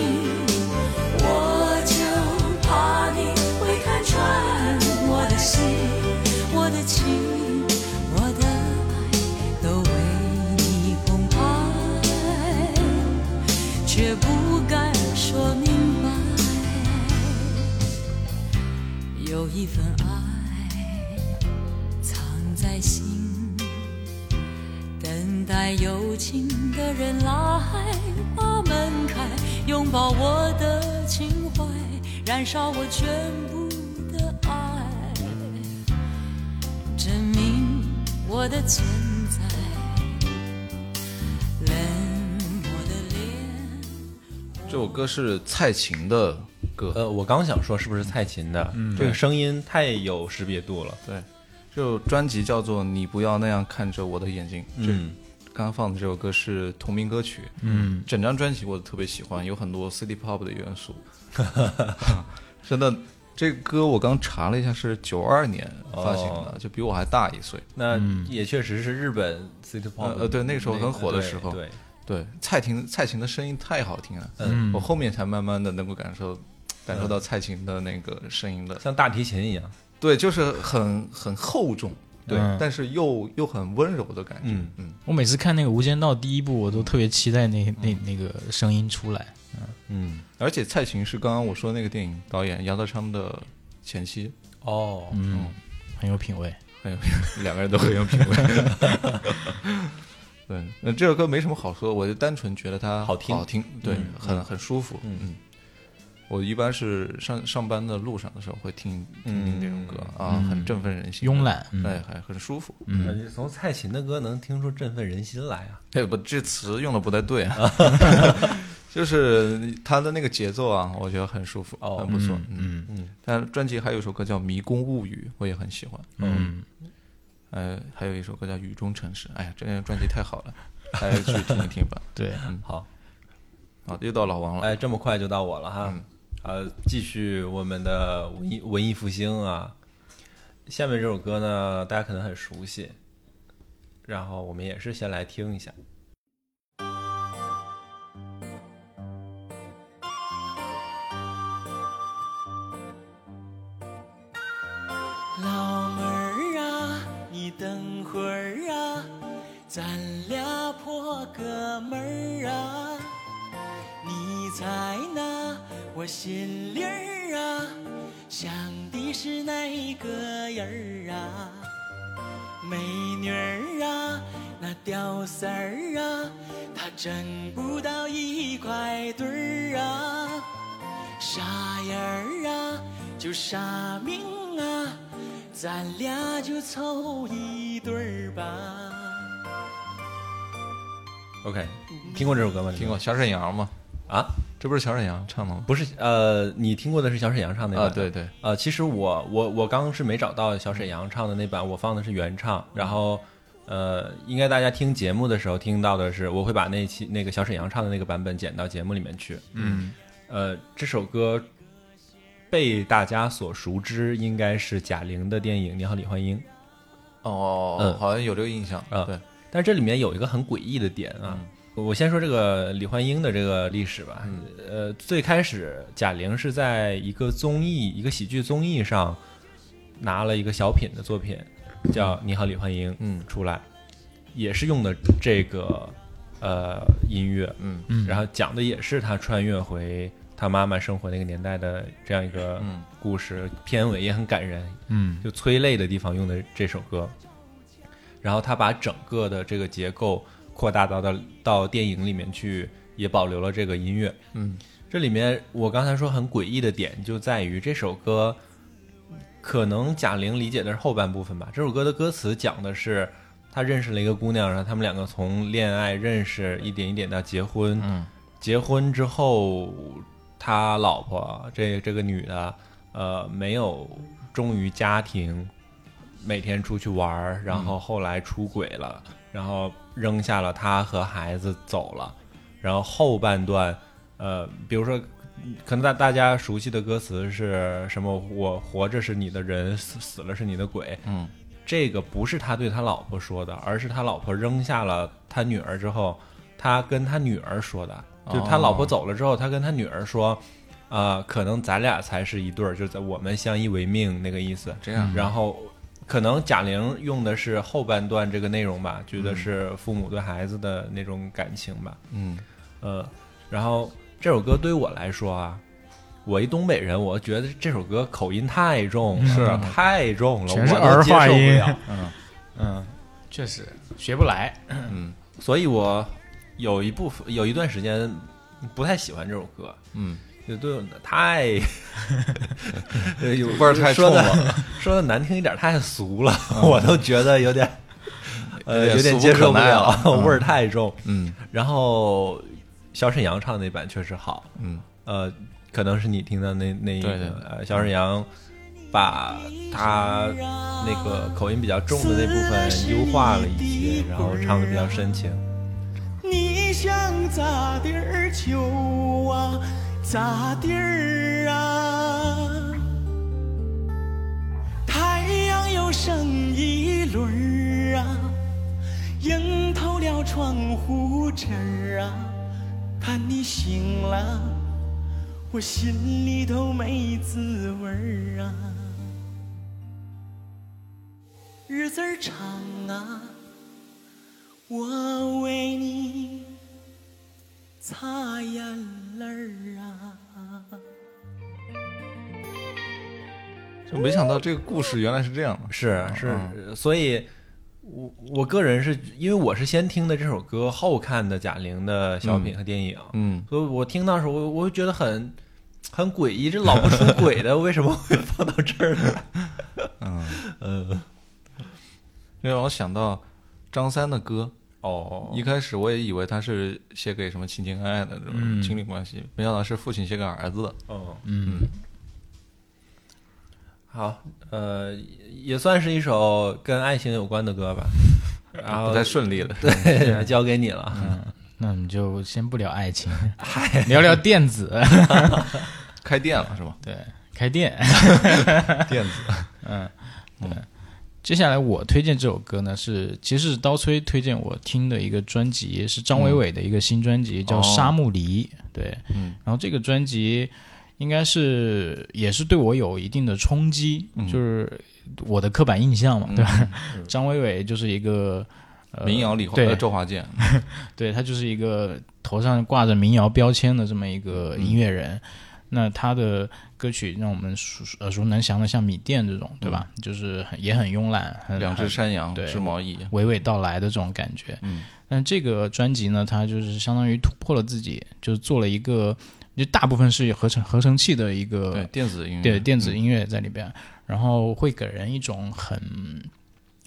Speaker 10: 我就怕你会看穿我的心，我的情，我的爱都为你澎湃，却不敢说明白，有一份爱藏在心。等待有情的人来，把门开，拥抱我的情怀，燃烧我全部的爱，证明我的存在。冷漠的脸，
Speaker 1: 这首歌是蔡琴的歌，嗯
Speaker 2: 呃，我刚想说是不是蔡琴的，这个声音太有识别度了。
Speaker 1: 对，这首专辑叫做《你不要那样看着我的眼睛》。这
Speaker 2: 嗯
Speaker 1: 刚刚放的这首歌是同名歌曲。嗯，整张专辑我都特别喜欢，有很多 City Pop 的元 素。真的，这个歌我刚查了一下，是九二年发行
Speaker 2: 哦
Speaker 1: 的，就比我还大一岁。
Speaker 2: 那也确实是日本 City Pop，
Speaker 1: 呃呃对那个时候很火的时候
Speaker 2: 对，对
Speaker 1: 对，蔡琴蔡琴的声音太好听了，嗯，我后面才慢慢的能够感受感受到蔡琴的那个声音的，
Speaker 2: 嗯像大提琴一样。
Speaker 1: 对，就是很很厚重，对，
Speaker 3: 嗯
Speaker 1: 但是又又很温柔的感觉，
Speaker 2: 嗯
Speaker 1: 嗯，
Speaker 3: 我每次看那个《无间道》第一部，我都特别期待那那那个声音出来。
Speaker 2: 嗯，
Speaker 1: 而且蔡琴是刚刚我说那个电影导演杨德昌的前妻，
Speaker 2: 哦，
Speaker 3: 嗯，很有品味。
Speaker 1: 很有 两个人都很有品 味。对，那这首歌没什么好说，我就单纯觉得它
Speaker 2: 好听
Speaker 1: 好听，
Speaker 3: 嗯
Speaker 1: 对，很很舒服。嗯嗯，我一般是上上班的路上的时候会听听听这种歌啊，很振奋人心，
Speaker 3: 嗯慵懒嗯
Speaker 1: 哎，还很舒服。
Speaker 2: 感觉呃从蔡琴的歌能听出振奋人心来啊。
Speaker 1: 哎，不，这词用的不太对啊，就是它的那个节奏啊，我觉得很舒服，
Speaker 2: 哦
Speaker 1: 很不错。
Speaker 3: 嗯
Speaker 1: 嗯，但专辑还有一首歌叫《迷宫物语》，我也很喜欢。
Speaker 3: 嗯，
Speaker 1: 呃，还有一首歌叫《雨中城市》。哎呀，这张专辑太好了，大家哎去听一听 吧。嗯
Speaker 3: 对，
Speaker 2: 好，
Speaker 1: 好，又到老王了。嗯
Speaker 2: 哎，这么快就到我了哈。呃，继续我们的文艺文艺复兴啊。下面这首歌呢，大家可能很熟悉，然后我们也是先来听一下。
Speaker 10: 老妹儿啊，你等会儿啊，咱俩破个门儿啊，你猜呢？我心里儿啊，想的是哪个人儿啊？美女儿啊，那屌丝儿啊，他挣不到一块堆儿啊。傻眼儿啊，就傻命啊，咱俩就凑一对儿吧。
Speaker 2: OK，听过这首歌吗？
Speaker 1: 听过小沈阳吗？
Speaker 2: 啊？
Speaker 1: 这不是小沈阳唱的吗？
Speaker 2: 不是，呃，你听过的是小沈阳唱的那
Speaker 1: 啊，
Speaker 2: 版
Speaker 1: 对对，
Speaker 2: 呃，其实我我我刚刚是没找到小沈阳唱的那版，我放的是原
Speaker 1: 嗯
Speaker 2: 唱。然后，呃，应该大家听节目的时候听到的是，我会把那期那个小沈阳唱的那个版本剪到节目里面去。
Speaker 3: 嗯，
Speaker 2: 呃，这首歌被大家所熟知，应该是贾玲的电影《你好，李焕英》。
Speaker 1: 哦
Speaker 2: 嗯，
Speaker 1: 好像有这个印象。
Speaker 2: 啊
Speaker 1: 对，嗯
Speaker 2: 但是这里面有一个很诡异的点啊。我先说这个李焕英的这个历史吧。
Speaker 1: 嗯
Speaker 2: 呃，最开始贾玲是在一个综艺、一个喜剧综艺上拿了一个小品的作品，叫《你好，李焕英》
Speaker 1: 嗯
Speaker 2: 出来，也是用的这个呃音乐，
Speaker 1: 嗯
Speaker 3: 嗯
Speaker 2: 然后讲的也是她穿越回他妈妈生活那个年代的这样一个
Speaker 1: 嗯
Speaker 2: 故事，片尾也很感人，
Speaker 3: 嗯
Speaker 2: 就催泪的地方用的这首歌。然后他把整个的这个结构扩大到到到电影里面去，也保留了这个音乐。
Speaker 1: 嗯，
Speaker 2: 这里面我刚才说很诡异的点就在于这首歌，可能贾玲理解的是后半部分吧。这首歌的歌词讲的是他认识了一个姑娘，然后他们两个从恋爱认识一点一点到结婚。
Speaker 1: 嗯，
Speaker 2: 结婚之后，他老婆这这个女的，呃，没有忠于家庭，每天出去玩儿，然
Speaker 1: 嗯
Speaker 2: 后后来出轨了，然后扔下了他和孩子走了，然后后半段，呃，比如说。可能大大家熟悉的歌词是什么？我活着是你的人，死死了是你的鬼。
Speaker 1: 嗯，
Speaker 2: 这个不是他对他老婆说的，而是他老婆扔下了他女儿之后，他跟他女儿说的。就是他
Speaker 1: 哦
Speaker 2: 老婆走了之后，他跟他女儿说，呃，可能咱俩才是一对儿，就是在我们相依为命那个意思。
Speaker 1: 这样，啊
Speaker 2: 然后可能贾玲用的是后半段这个内容
Speaker 3: 嗯
Speaker 2: 吧，觉得是父母对孩子的那种感情吧。
Speaker 1: 嗯
Speaker 2: 呃，然后这首歌对于我来说啊，我一东北人，我觉得这首歌口音太重了，
Speaker 3: 嗯是
Speaker 2: 太重了，
Speaker 3: 全是
Speaker 2: 我都
Speaker 3: 儿
Speaker 2: 接
Speaker 3: 化
Speaker 2: 受不
Speaker 3: 音
Speaker 2: 了。
Speaker 1: 嗯
Speaker 2: 嗯，
Speaker 3: 确实学不来。
Speaker 1: 嗯
Speaker 2: 所以我有一部分有一段时间不太喜欢这首歌，
Speaker 1: 嗯，
Speaker 2: 就对我太 呃有
Speaker 1: 味儿太
Speaker 2: 说
Speaker 1: 冲
Speaker 2: 的
Speaker 1: 了，
Speaker 2: 说的难听一点，太俗了，我都觉 得有点呃
Speaker 1: 嗯有点俗不
Speaker 2: 有点接受
Speaker 1: 可
Speaker 2: 不
Speaker 1: 耐
Speaker 2: 了，
Speaker 1: 了
Speaker 2: 味儿太重。
Speaker 1: 嗯
Speaker 2: 然后小沈阳唱的那版确实好，
Speaker 1: 嗯
Speaker 2: 呃，可能是你听到那那一
Speaker 1: 对对
Speaker 2: 个呃，小沈阳把他那个口音比较重的那部分优化了一些，然后唱的比较深情。
Speaker 11: 你想咋地儿就啊，咋地儿啊？太阳又升一轮儿啊，迎透了窗户纸儿啊，看你醒了，我心里头没滋味儿啊。日子儿长啊，我为你擦眼泪儿啊。
Speaker 1: 就没想到这个故事原来是这样的，啊
Speaker 2: 是是，所以我我个人是因为我是先听的这首歌，后看的贾玲的小品和电影，
Speaker 1: 嗯，
Speaker 2: 所以我听到的时候，我我就觉得很很诡异，这老不出轨的为什么会放到这儿来？嗯嗯
Speaker 1: 因为我想到张三的歌，
Speaker 2: 哦
Speaker 1: 一开始我也以为他是写给什么情情爱爱的这种情侣关系，没想到是父亲写给儿子的，
Speaker 2: 哦
Speaker 3: 嗯，
Speaker 2: 好，呃，也算是一首跟爱情有关的歌吧。然后
Speaker 1: 不太顺利了。嗯
Speaker 2: 对，交给你了。
Speaker 3: 那我们就先不聊 爱情，聊聊电子。
Speaker 1: 开店了是吧？
Speaker 3: 对，开 店。嗯
Speaker 1: 电子，
Speaker 3: 接下来我推荐这首歌呢是，其实是刀崔推荐我听的一个专辑，是张伟伟的一个新专辑，叫
Speaker 1: 嗯哦嗯
Speaker 3: 《沙木梨》。对，然后这个专辑应该是也是对我有一定的冲击，
Speaker 1: 嗯
Speaker 3: 就是我的刻板印象嘛，对吧？ 张伟伟就是一个呃
Speaker 1: 民谣李华，
Speaker 3: 对
Speaker 1: 呃周华健，
Speaker 3: 对他就是一个头上挂着民谣标签的这么一个
Speaker 1: 嗯
Speaker 3: 音乐人。那他的歌曲让我们熟耳熟能详的，像《米店》这种，对吧？就是很也很慵懒，
Speaker 1: 嗯
Speaker 3: 很
Speaker 1: 两只
Speaker 3: 很
Speaker 1: 山羊
Speaker 3: 对
Speaker 1: 织毛衣，
Speaker 3: 娓娓道来的这种感觉。
Speaker 1: 嗯，
Speaker 3: 但这个专辑呢，它就是相当于突破了自己，就是做了一个，就大部分是合成合成器的一个
Speaker 1: 对电子音乐，嗯
Speaker 3: 对电子音乐在里边，然后会给人一种很嗯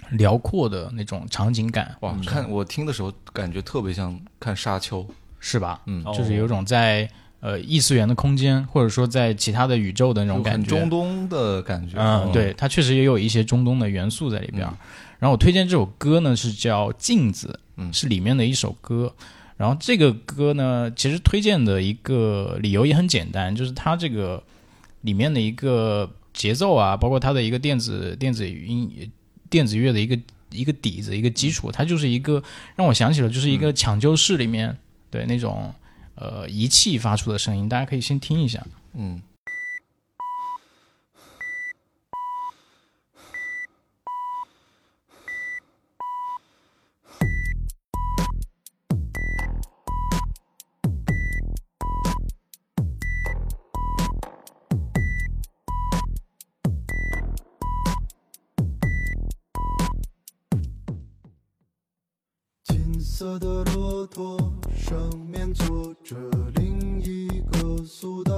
Speaker 3: 辽阔的那种场景感，嗯
Speaker 1: 哇，看我听的时候感觉特别像看沙丘，
Speaker 3: 是吧？
Speaker 1: 嗯
Speaker 3: 就是有种在呃异次元的空间，或者说在其他的宇宙的那种
Speaker 1: 就
Speaker 3: 感
Speaker 1: 很
Speaker 3: 觉，
Speaker 1: 中东的感觉。
Speaker 3: 嗯，，对，它确实也有一些中东的元素在里边儿。然后我推荐这首歌呢是叫《镜子》，
Speaker 1: 嗯
Speaker 3: 是里面的一首歌。然后这个歌呢，其实推荐的一个理由也很简单，就是它这个里面的一个节奏啊，包括它的一个电子电子音电子乐的一个一个底子一个基
Speaker 1: 嗯
Speaker 3: 础，它就是一个让我想起了就是一个抢救室里面、对那种呃仪器发出的声音，大家可以先听一下。
Speaker 1: 嗯，
Speaker 12: 色的骆驼，上面坐着另一个苏丹。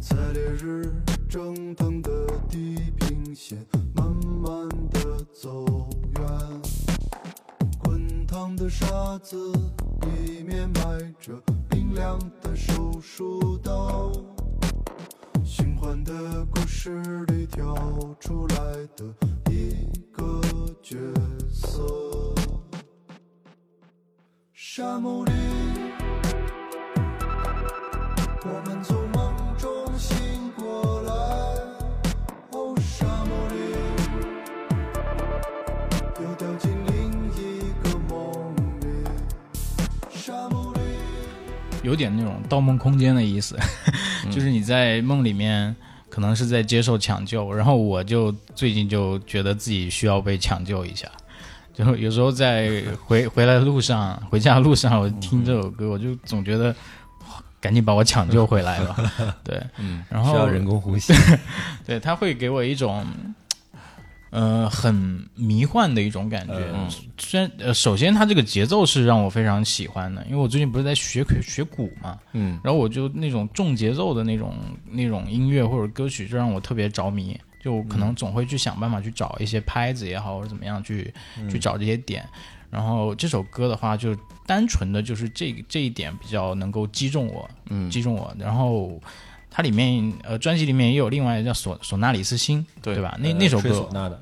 Speaker 12: 在烈日蒸腾的地平线，慢慢的走远。滚烫的沙子，里面埋着冰凉的手术刀。循环的故事里跳出来的一个角色，沙漠里，我们从梦中醒过来。哦，沙漠里，又掉进另一个梦里，沙漠里。
Speaker 3: 有点那种《盗梦空间》的意思，
Speaker 2: 嗯
Speaker 3: 就是你在梦里面可能是在接受抢救，然后我就最近就觉得自己需要被抢救一下，就有时候在回回来路上、回家路上，我听这首歌，我就总觉得。哇赶紧把我抢救回来吧，对，然
Speaker 2: 嗯
Speaker 3: 后
Speaker 2: 需要人工呼吸，
Speaker 3: 对，它会给我一种，呃，很迷幻的一种感觉。虽然呃，首先它这个节奏是让我非常喜欢的，因为我最近不是在学学鼓嘛，
Speaker 1: 嗯，
Speaker 3: 然后我就那种重节奏的那种那种音乐或者歌曲，就让我特别着迷。就我可能总会去想办法去找一些拍子也好，或者怎么样去、去
Speaker 1: 嗯
Speaker 3: 找这些点。然后这首歌的话，就单纯的就是这这一点比较能够击中我，嗯，击中我。然后它里面呃，专辑里面也有另外一个叫索索纳里斯星，
Speaker 1: 对呃
Speaker 3: 对吧？那那首
Speaker 2: 吹
Speaker 3: 歌
Speaker 2: 唢呐的，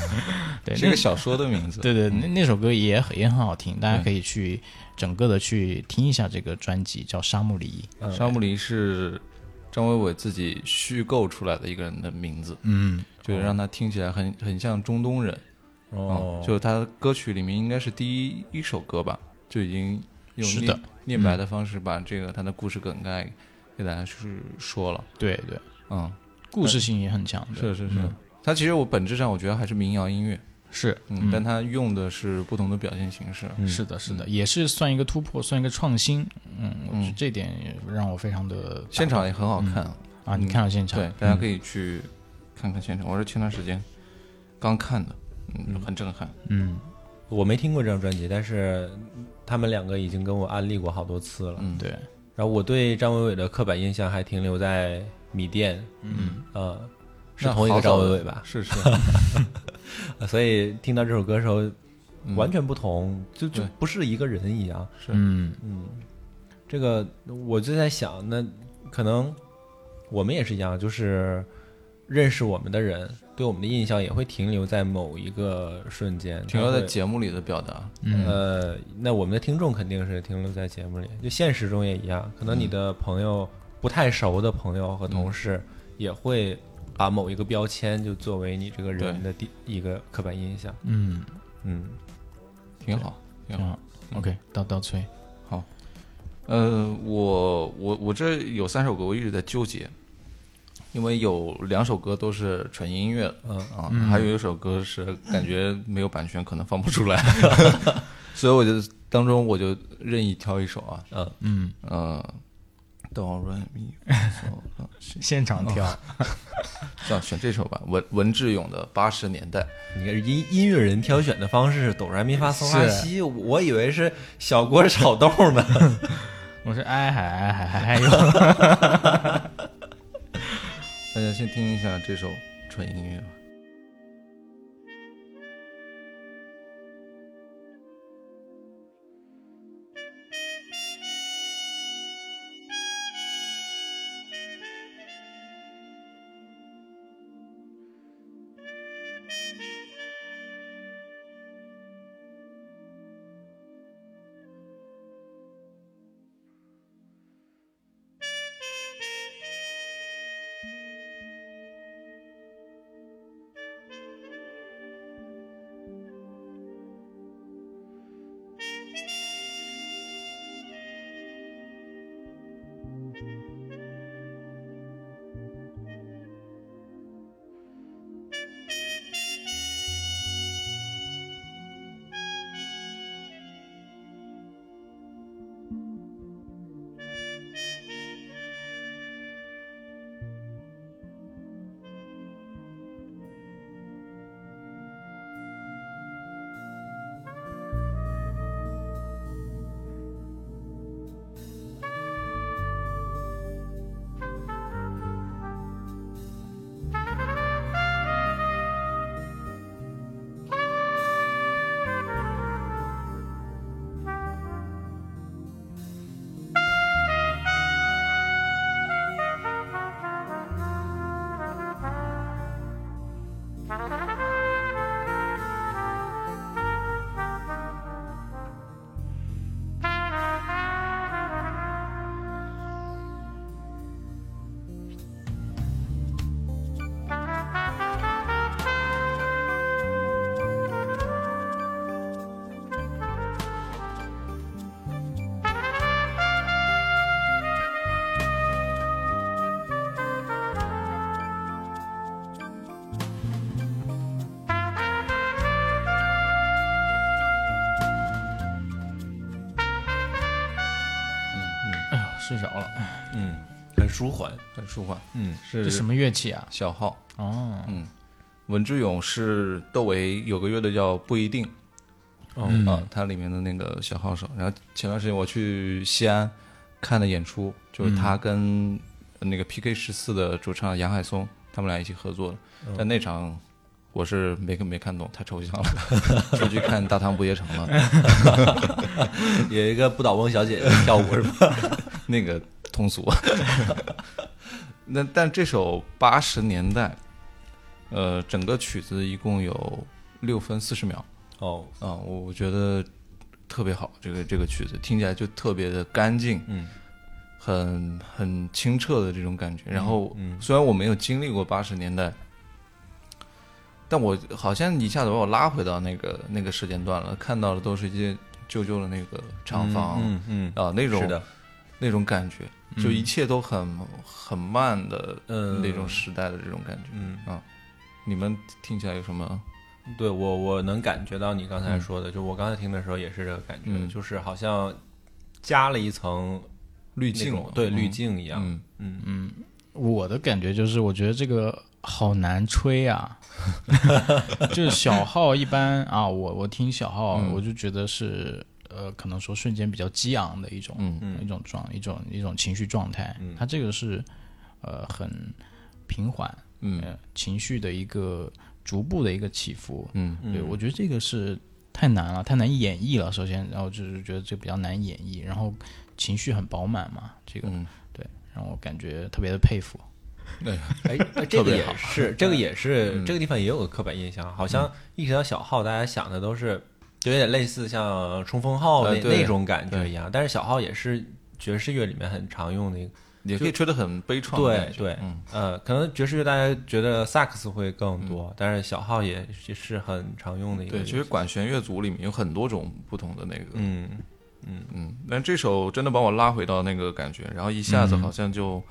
Speaker 3: 对
Speaker 1: 是
Speaker 3: 那
Speaker 1: 一个小说的名字。嗯
Speaker 3: 对对，那那首歌也很也很好听，大家可以去整个的去听一下这个专辑，叫《沙漠里
Speaker 1: 嗯沙木林是张伟伟自己虚构出来的一个人的名字，》。
Speaker 3: 嗯，
Speaker 1: 就是让他听起来很很像中东人。
Speaker 2: 哦
Speaker 1: 嗯，就是他歌曲里面应该是第一一首歌吧，就已经用
Speaker 3: 是的嗯
Speaker 1: 念念白的方式把这个他的故事梗概给大家去说了。
Speaker 3: 对对，
Speaker 1: 嗯，
Speaker 3: 故事性也很强，对
Speaker 1: 是是是，他其实我本质上我觉得还是民谣音乐，
Speaker 3: 是
Speaker 1: 嗯，但他用的是不同的表现形式。嗯
Speaker 3: 是的，是的，也是算一个突破，算一个创新。嗯，我觉得这点也让我非常的
Speaker 1: 现场也很好看，嗯
Speaker 3: 啊，你看到现场，嗯
Speaker 1: 对，大家可以去看看现场。我是前段时间刚看的，嗯，很震撼。
Speaker 3: 嗯，
Speaker 2: 我没听过这张专辑，但是他们两个已经跟我安利过好多次了。
Speaker 1: 嗯，
Speaker 3: 对，
Speaker 2: 然后我对张伟伟的刻板印象还停留在米店，嗯，呃，是
Speaker 1: 那
Speaker 2: 同一个
Speaker 1: 好
Speaker 2: 张
Speaker 1: 早
Speaker 2: 伟
Speaker 1: 的
Speaker 2: 伟吧？
Speaker 1: 是是，
Speaker 2: 所以听到这首歌的时候，
Speaker 1: 嗯
Speaker 2: 完全不同，就就
Speaker 1: 对
Speaker 2: 不是一个人一样。
Speaker 3: 嗯
Speaker 2: 这个我就在想，那可能我们也是一样，就是认识我们的人对我们的印象也会停留在某一个瞬间，
Speaker 1: 停留
Speaker 2: 他
Speaker 1: 在
Speaker 2: 会
Speaker 1: 节目里的表达，
Speaker 3: 嗯
Speaker 2: 呃，那我们的听众肯定是停留在节目里，就现实中也一样，可能你的朋友、不太熟的朋友和同事也会把某一个标签就作为你这个人的第一个刻板印象。
Speaker 3: 嗯，
Speaker 2: 嗯，
Speaker 1: 挺好，挺
Speaker 3: 挺
Speaker 1: 好。嗯
Speaker 3: 好。OK，到到崔，
Speaker 1: 呃，我我我这有三首歌，我一直在纠结，因为有两首歌都是纯音乐的，嗯啊，还有一首歌是感觉没有版权，可能放不出 来，所以我就当中我就任意挑一首啊，
Speaker 2: 嗯
Speaker 1: 嗯呃，哆来 咪嗦啦西，
Speaker 3: 现场跳，
Speaker 1: 哦 这样选这首吧，文文志勇的《八十年代》，
Speaker 2: 你看音音乐人挑选的方式是哆来咪发嗦拉西，我以为是小锅炒豆呢。
Speaker 3: 我是哎嗨哎嗨哎嗨哟，
Speaker 1: 大家先听一下这首纯音乐吧。啊
Speaker 12: 沙漠里，
Speaker 3: 哎睡着了。
Speaker 1: 嗯，
Speaker 2: 很舒缓。
Speaker 1: 很舒缓。嗯，
Speaker 3: 这
Speaker 1: 是
Speaker 3: 什么乐器啊？
Speaker 1: 小号？
Speaker 3: 哦，
Speaker 1: 嗯，文志勇是窦唯有个乐队叫不一定，哦、
Speaker 3: 嗯
Speaker 1: 啊，他里面的那个小号手。然后前段时间我去西安看的演出，
Speaker 3: 嗯
Speaker 1: 就是他跟那个 PK 十四的主唱杨海松他们俩一起合作的，
Speaker 3: 哦
Speaker 1: 但那场。我是没没看懂，太抽象了。 出去看《大唐不夜城》了，
Speaker 2: 有一个不倒翁小姐姐跳舞是吧？
Speaker 1: 那个通俗。 那但这首八十年代，呃，整个曲子一共有六分四十秒，
Speaker 2: 哦，
Speaker 1: 啊，我我觉得特别好，这个这个曲子听起来就特别的干净，
Speaker 2: 嗯，
Speaker 1: 很很清澈的这种感觉。然后，
Speaker 2: 嗯
Speaker 1: 虽然我没有经历过八十年代，但我好像一下子把我拉回到那个那个时间段了，看到的都是一些旧旧的那个厂房，
Speaker 2: 嗯嗯，
Speaker 1: 啊那种
Speaker 2: 是的，
Speaker 1: 那种感觉，就一切都很、很慢的，
Speaker 2: 嗯
Speaker 1: 那种时代的这种感觉。
Speaker 2: 嗯
Speaker 1: 啊，你们听起来有什么？
Speaker 2: 对我我能感觉到你刚才说的，就我刚才听的时候也是这个感觉，
Speaker 1: 嗯
Speaker 2: 就是好像加了一层
Speaker 1: 滤
Speaker 2: 滤
Speaker 1: 镜了，
Speaker 2: 对
Speaker 1: 嗯
Speaker 2: 滤，镜一样。
Speaker 1: 嗯，
Speaker 2: 嗯
Speaker 3: 我的感觉就是，我觉得这个好难 吹啊。就是小号一般啊，我我听小号，
Speaker 1: 嗯
Speaker 3: 我就觉得是呃，可能说瞬间比较激昂的一种、
Speaker 1: 嗯
Speaker 2: 嗯
Speaker 3: 一种状一种一种情绪状态。
Speaker 2: 嗯
Speaker 3: 它这个是呃很平缓，
Speaker 1: 嗯
Speaker 3: 呃，情绪的一个逐步的一个起伏。
Speaker 1: 嗯
Speaker 3: 对，我觉得这个是太难了，太难演绎了。首先，然后就是觉得这比较难演绎，然后情绪很饱满嘛，这个、
Speaker 1: 嗯
Speaker 3: 对，让我感觉特别的佩服。
Speaker 2: 哎，哎这个也是，这个也
Speaker 1: 嗯
Speaker 2: 是，这个地方也有个刻板印象，好像一提到小号，大家想的都是有点类似像冲锋号
Speaker 1: 呃
Speaker 2: 那
Speaker 1: 对
Speaker 2: 那种感觉一样，但是小号也是爵士乐里面很常用的一个。
Speaker 1: 也可以吹得很悲怆的
Speaker 2: 对
Speaker 1: 感觉。
Speaker 2: 对，
Speaker 1: 嗯
Speaker 2: 呃，可能爵士乐大家觉得萨克斯会更多，但是小号也也是很常用的一个乐
Speaker 1: 对，
Speaker 2: 器。
Speaker 1: 其实管弦乐组里面有很多种不同的那个，
Speaker 2: 嗯，
Speaker 1: 嗯，但这首真的把我拉回到那个感觉，然后一下子好像就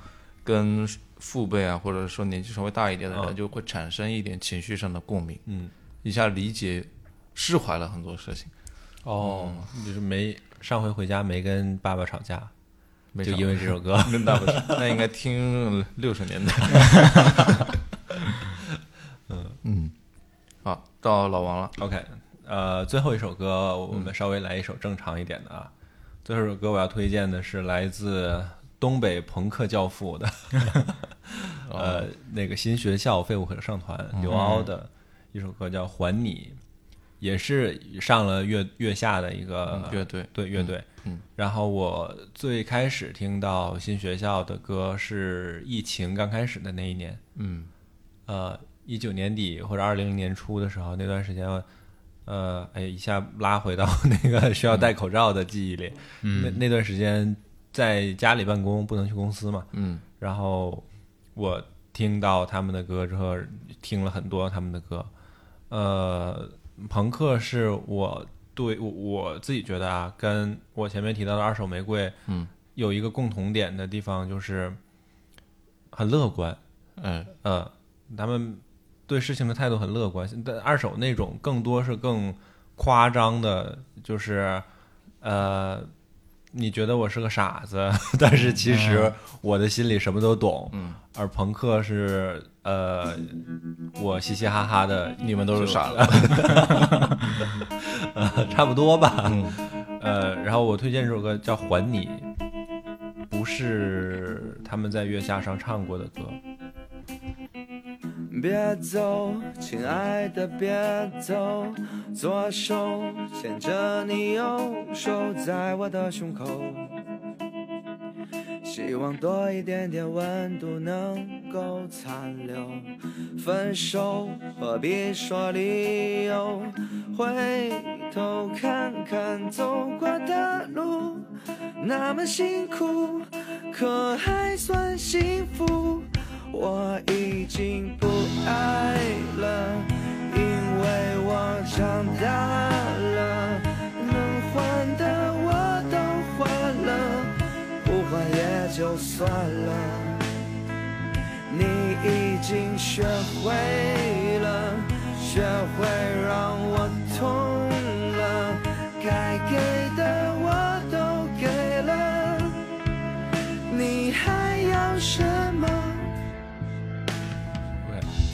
Speaker 1: 跟父辈啊，或者说年纪稍微大一点的
Speaker 2: 啊
Speaker 1: 人，就会产生一点情绪上的共鸣，
Speaker 2: 嗯，
Speaker 1: 一下理解、释怀了很多事情。
Speaker 2: 哦，就是没上回回家没跟爸爸吵架，
Speaker 1: 没
Speaker 2: 就
Speaker 1: 啥
Speaker 2: 因为这 首歌。
Speaker 1: 那倒不是，那应该听六十年代。嗯嗯， 好，到老王了。
Speaker 2: OK，呃，最后一首歌我们稍微来一首正常一点的
Speaker 1: 嗯
Speaker 2: 啊。最后一首歌我要推荐的是来自东北朋克教 父的，
Speaker 1: 哦
Speaker 2: 呃，那个新学校废物合唱团
Speaker 1: 嗯
Speaker 2: 刘骜的一首歌叫《还你》，也是上了月月下的一个
Speaker 1: 嗯乐队
Speaker 2: 对乐队。
Speaker 1: 嗯嗯
Speaker 2: 然后我最开始听到新学校的歌是疫情刚开始的那一年，
Speaker 1: 嗯
Speaker 2: 呃一九年底或者二零年初的时候，那段时间，呃，哎，一下拉回到那个需要戴口罩的记忆里。
Speaker 1: 嗯
Speaker 2: 那那段时间在家里办公，不能去公司嘛。
Speaker 1: 嗯
Speaker 2: 然后我听到他们的歌之后，听了很多他们的歌。呃，朋克是我对我我自己觉得啊，跟我前面提到的二手玫瑰
Speaker 1: 嗯，
Speaker 2: 有一个共同点的地方，就是很乐观。
Speaker 1: 哎，
Speaker 2: 呃，他们对事情的态度很乐观，但二手那种更多是更夸张的，就是呃，你觉得我是个傻子， 但是其实我的心里什么都懂。嗯，而朋克是呃，我嘻嘻哈哈的，
Speaker 1: 你们都是傻子。
Speaker 2: 呃， 差不多吧。呃，然后我推荐这首歌叫《还你》，不是他们在月下上唱过的歌。
Speaker 13: 别走，亲爱的，别走。左手牵着你，右手在我的胸口。希望多一点点温度能够残留。分手何必说理由？回头看看走过的路，那么辛苦，可还算幸福。我已经不爱了，因为我长大了，能还的我都还了，不还也就算了。你已经学会了，学会让我痛了，该给的我都给了。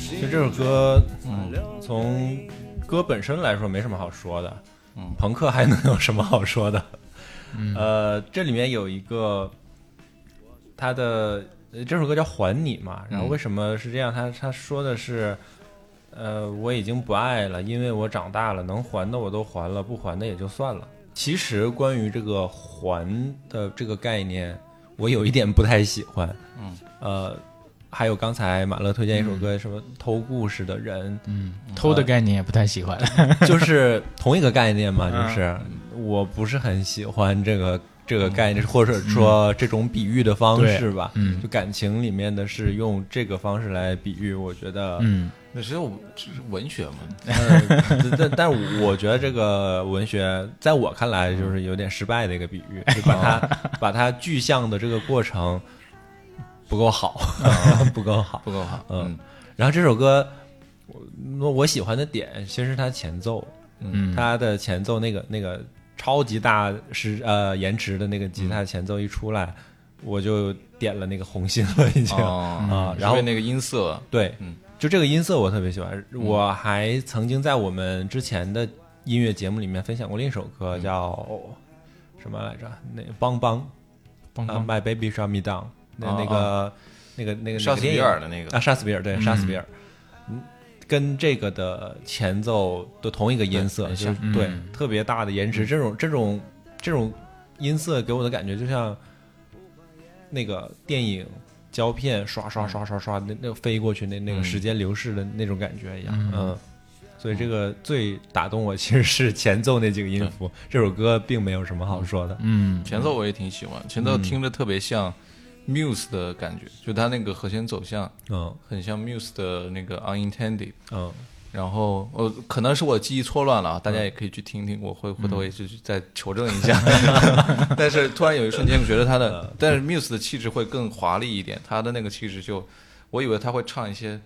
Speaker 2: 其实这首歌，嗯，从歌本身来说没什么好说的，
Speaker 1: 嗯
Speaker 2: 朋克还能有什么好说的？呃，这里面有一个，他的呃这首歌叫《还你》嘛，然后为什么是这样？他他说的是，呃，我已经不爱了，因为我长大了，能还的我都还了，不还的也就算了。其实关于这个“还”的这个概念，我有一点不太喜欢。
Speaker 1: 嗯，
Speaker 2: 呃，还有刚才马乐推荐一首歌，什么偷故事的人，嗯，
Speaker 3: 偷的概念也不太喜欢。
Speaker 2: 就是同一个概念
Speaker 3: 嗯
Speaker 2: 嘛，就是我不是很喜欢这个这个概念，或者说这种比喻的方式吧。
Speaker 3: 嗯
Speaker 2: 就感情里面的是用这个方式来比喻，我觉得，
Speaker 3: 嗯，
Speaker 1: 那是我这是文学嘛，
Speaker 2: 呃但但我觉得这个文学在我看来就是有点失败的一个比喻，就把 它把它具象的这个过程不够好， 不够好。
Speaker 1: 不够好。
Speaker 2: 嗯，然后这首歌，我我喜欢的点其实是它前奏，
Speaker 3: 嗯
Speaker 2: 它的前奏那个那个超级大时呃延迟的那个吉他前奏一出来，我就点了那个红心了已经、
Speaker 1: 哦
Speaker 2: 啊，然后
Speaker 1: 是被那个音色，
Speaker 2: 对，
Speaker 1: 嗯
Speaker 2: 就这个音色我特别喜欢，我还曾经在我们之前的音乐节目里面分享过另一首
Speaker 1: 嗯
Speaker 2: 歌叫、什么来着？那邦邦
Speaker 3: 邦
Speaker 2: 啊
Speaker 3: 邦，
Speaker 2: ，My Baby Shut Me Down，那、
Speaker 1: 哦
Speaker 2: 那个那个那个
Speaker 1: 杀死比尔的那
Speaker 2: 啊，
Speaker 1: 个，
Speaker 2: 杀死比尔对，杀死比尔，嗯，跟这个的前奏都同一个音色，
Speaker 1: 对很
Speaker 2: 就是
Speaker 1: 像
Speaker 2: 对
Speaker 3: 嗯
Speaker 2: 特别大的延迟，这种这种这种音色给我的感觉就像那个电影胶片刷刷刷刷刷那那飞过去那那个
Speaker 1: 嗯
Speaker 2: 时间流逝的那种感觉一样，
Speaker 3: 嗯
Speaker 2: 嗯。所以这个最打动我其实是前奏那几个音符，这首歌并没有什么好说的。嗯
Speaker 3: 嗯
Speaker 1: 前奏我也挺喜欢，前奏听着特别像 Muse 的感觉，就它那个和弦走向
Speaker 2: 嗯
Speaker 1: 很像 Muse 的那个 Unintended。
Speaker 2: 嗯
Speaker 1: 然后呃，可能是我记忆错乱了啊，大家也可以去听听，我会回
Speaker 2: 嗯
Speaker 1: 头也去再求证一 下。 但是突然有一瞬间，我觉得他的，
Speaker 2: 嗯
Speaker 1: 但是 Muse 的气质会更华丽一点，他的那个气质就，我以为他会唱一些，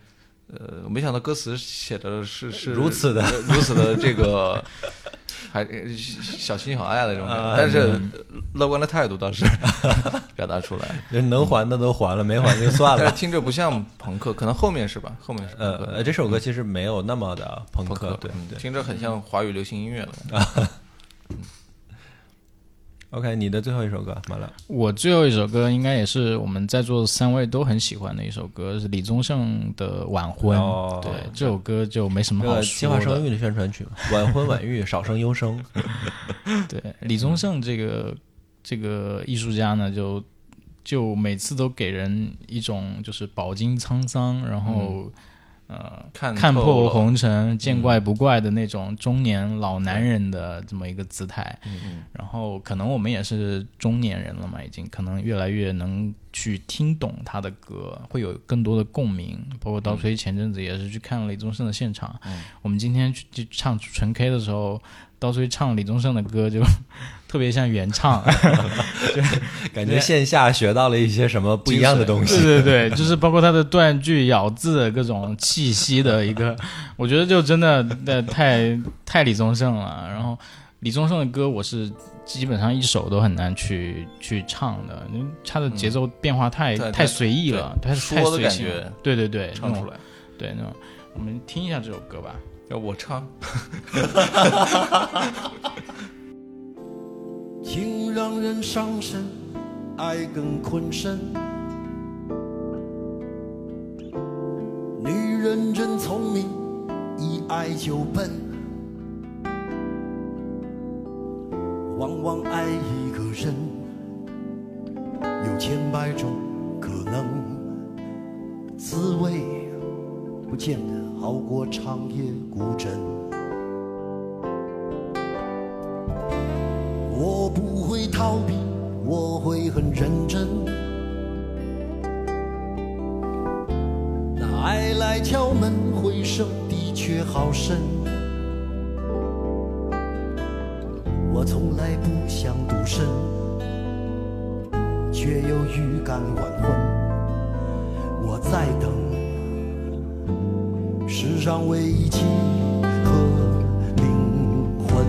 Speaker 1: 呃，没想到歌词写的是是
Speaker 2: 如此的
Speaker 1: 呃如此的这个。还呃小心小爱的这种感
Speaker 2: 啊
Speaker 1: 觉，但是
Speaker 2: 嗯
Speaker 1: 乐观的态度 倒是表达出来，
Speaker 2: 能还的都还了，没还就算
Speaker 1: 但
Speaker 2: 了啊
Speaker 1: 是。听着不像朋克，可能 后面是吧？后面是朋
Speaker 2: 呃
Speaker 1: 克
Speaker 2: 呃，这首歌其实没有那么的朋
Speaker 1: 朋克，
Speaker 2: 对
Speaker 1: 嗯
Speaker 2: 对。啊
Speaker 1: 听着很像华语流行音乐的。
Speaker 2: OK，你的最后一首歌完了，
Speaker 3: 我最后一首歌应该也是我们在座三位都很喜欢的一首歌，是李宗盛的《晚婚》。
Speaker 2: 哦
Speaker 3: 对，这首歌就没什么
Speaker 2: 这
Speaker 3: 好
Speaker 2: 个
Speaker 3: 说的。
Speaker 2: 计划生育的宣传曲嘛，晚婚晚育，少生优生。
Speaker 3: 对，李宗盛这个这个艺术家呢，就就每次都给人一种就是饱经沧桑，然后、呃
Speaker 1: 嗯看
Speaker 3: 看
Speaker 1: 透
Speaker 3: 破
Speaker 1: 了
Speaker 3: 红尘、见怪不怪的那种中年老男人的这么一个姿态。
Speaker 2: 嗯
Speaker 3: 然后可能我们也是中年人了嘛，已经可能越来越能去听懂他的歌，会有更多的共鸣。包括刀锤前阵子也是去看了李宗盛的现场，
Speaker 2: 嗯
Speaker 3: 我们今天去去唱纯 K 的时候，刀锤唱李宗盛的歌就 特别像原 唱，
Speaker 2: 感觉线下学到了一些什么不一样的东西。
Speaker 3: 对对对，就是包括他的断句、咬字、各种气息的一个，我觉得就真的那太太李宗盛了。然后李宗盛的歌，我是基本上一首都很难去去唱的，因为他的节奏变化太、
Speaker 1: 嗯太
Speaker 3: 太随意了，
Speaker 1: 对
Speaker 3: 太太
Speaker 1: 说的
Speaker 3: 随
Speaker 1: 感
Speaker 3: 性了
Speaker 1: 觉
Speaker 3: 对对对，
Speaker 1: 唱出
Speaker 3: 那种
Speaker 1: 来。
Speaker 3: 对那种，我们听一下这首歌吧。
Speaker 1: 要我唱，
Speaker 12: 情让人伤身，爱更困身。女人真聪明，一爱就笨。往往爱一个人，有千百种可能，滋味不见得好过长夜孤枕。我不会逃避，我会很认真。那爱来敲门，回声的确好深。我从来不想独身，却有预感晚婚。我在等世上唯一契合灵魂，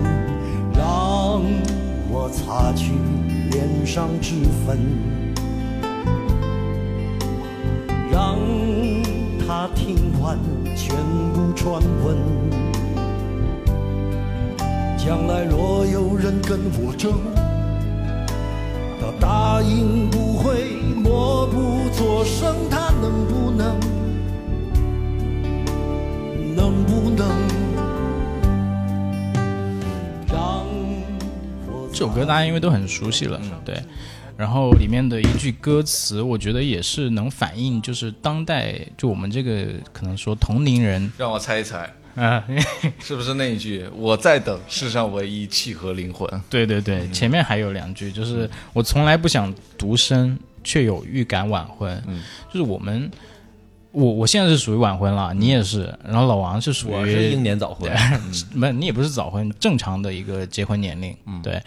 Speaker 12: 让我擦去脸上脂粉，让
Speaker 14: 他听完全部传闻。将来若有人跟我争，他答应不会默不作声，他能不能，能不能让
Speaker 3: 这首歌大家因为都很熟悉了，对。然后里面的一句歌词，我觉得也是能反映，就是当代就我们这个可能说同龄人
Speaker 1: 让我猜一 猜，
Speaker 3: 啊，
Speaker 1: 是不是那一句“我在等世上唯一契合灵魂
Speaker 3: 对对对，
Speaker 2: 嗯
Speaker 3: 前面还有两句，就是我从来不想独身，却有预感晚婚。
Speaker 2: 嗯
Speaker 3: 就是我们，我我现在是属于晚婚了，你也是，然后老王是属于
Speaker 2: 嗯我是英年早婚，嗯
Speaker 3: 没你 也不是早婚，正常的一个结婚年龄，对。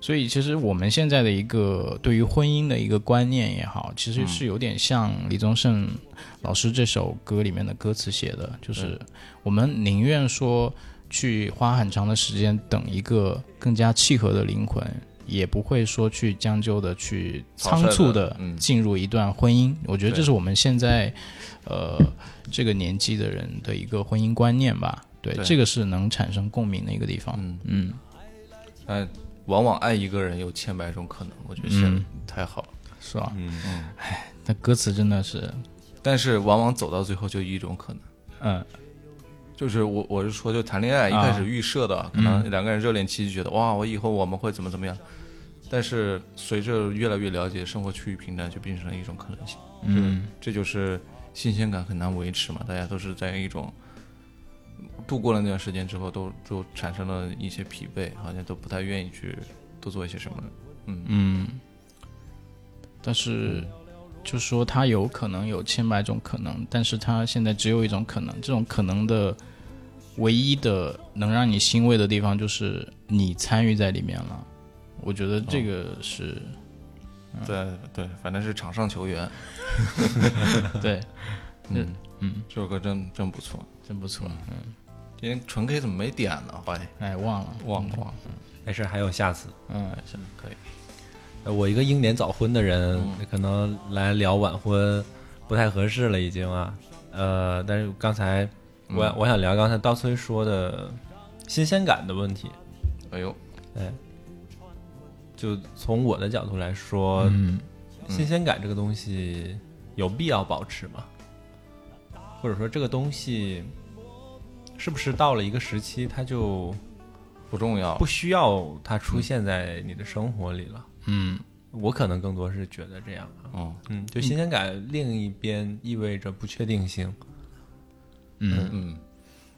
Speaker 3: 所以其实我们现在的一个对于婚姻的一个观念也好，其
Speaker 2: 嗯
Speaker 3: 实是有点像李宗盛老师这首歌里面的歌词写的，就是我们宁愿说去花很长的时间等一个更加契合的灵魂。也不会说去将就的去
Speaker 1: 草率
Speaker 3: 仓
Speaker 1: 地
Speaker 3: 促的
Speaker 1: 嗯
Speaker 3: 进入一段婚姻，我觉得这
Speaker 1: 对
Speaker 3: 是我们现在，呃，这个年纪的人的一个婚姻观念吧。对，
Speaker 1: 对
Speaker 3: 这个是能产生共鸣的一个地方。嗯嗯，”？
Speaker 1: 但呃往往爱一个人有千百种可能，我觉得现在
Speaker 3: 嗯
Speaker 1: 太好了。
Speaker 3: 是吧？
Speaker 1: 嗯，
Speaker 3: 那歌词真的是，
Speaker 1: 但是往往走到最后就一种可能，
Speaker 3: 嗯，
Speaker 1: 就是我我是说，就谈恋爱一
Speaker 3: 啊嗯
Speaker 1: 开始预设的，可能两个人热恋期就觉得、哇，我以后我们会怎么怎么样，但是随着越来越了解，生活趋于平淡，就变成了一种可能性。
Speaker 3: 嗯，
Speaker 1: 这就是新鲜感很难维持嘛，大家都是在一种度过了那段时间之后，都都产生了一些疲惫，好像都不太愿意去多做一些什么了。嗯
Speaker 3: 嗯，但是就说他有可能有千百种可能，但是他现在只有一种可能，这种可能的唯一的能让你欣慰的地方就是你参与在里面了。我觉得这个是、
Speaker 1: 嗯
Speaker 3: 嗯
Speaker 1: 对对，反正是场上球员。
Speaker 3: 对，
Speaker 1: 嗯
Speaker 3: 嗯，
Speaker 1: 这首歌真真不错。
Speaker 3: 真不错。嗯，
Speaker 1: 今天纯 K 怎么没点呢？怀
Speaker 3: 哎，忘了，
Speaker 1: 忘了忘了，
Speaker 2: 嗯没事，还有下次。
Speaker 3: 嗯，
Speaker 1: 行可以。
Speaker 2: 呃我一个英年早婚的人
Speaker 1: 嗯，
Speaker 2: 可能来聊晚婚不太合适了，已经啊。呃，但是刚才我、
Speaker 1: 嗯
Speaker 2: 我想聊刚才刀崔说的新鲜感的问题。
Speaker 1: 哎呦，
Speaker 2: 哎，就从我的角度来说，
Speaker 3: 嗯
Speaker 2: 新鲜感这个东西有必要保持吗？或者说这个东西是不是到了一个时期，它就
Speaker 1: 不重要
Speaker 2: 不。需要它出现在你的生活里了？
Speaker 3: 嗯，
Speaker 2: 我可能更多是觉得这样啊，
Speaker 1: 嗯
Speaker 2: 嗯，就新鲜感另一边意味着不确定性，
Speaker 1: 嗯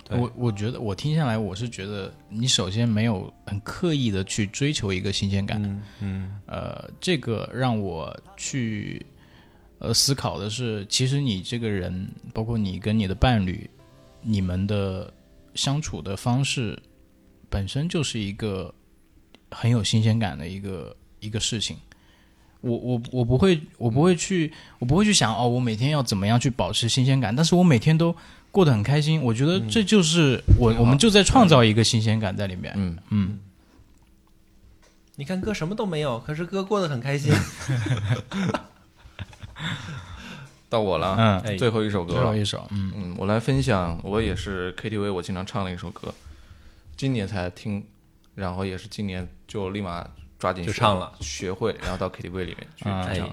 Speaker 2: 对
Speaker 3: 我我觉得我听下来，我是觉得你首先没有很刻意的去追求一个新鲜感，
Speaker 2: 嗯嗯
Speaker 3: 呃，这个让我去呃思考的是，其实你这个人，包括你跟你的伴侣，你们的相处的方式，本身就是一个很有新鲜感的一个一个事情。我我我不会，我不会去，我不会去想哦，我每天要怎么样去保持新鲜感，但是我每天都过得很开心，我觉得这就是我、我们就在创造一个新鲜感在里面。
Speaker 1: 嗯
Speaker 3: 嗯，
Speaker 2: 你看哥什么都没有，可是哥过得很开 心。
Speaker 1: 到我了啊，最后一首歌
Speaker 3: 嗯哎最后
Speaker 1: 了。
Speaker 3: 一首，嗯
Speaker 1: 嗯，我来分享，我也是 KTV 我经常唱的一首歌，今年才听，然后也是今年就立马抓紧
Speaker 2: 就
Speaker 1: 学
Speaker 2: 唱了
Speaker 1: 学会，然后到 KTV 里面去
Speaker 3: 哎
Speaker 1: 唱。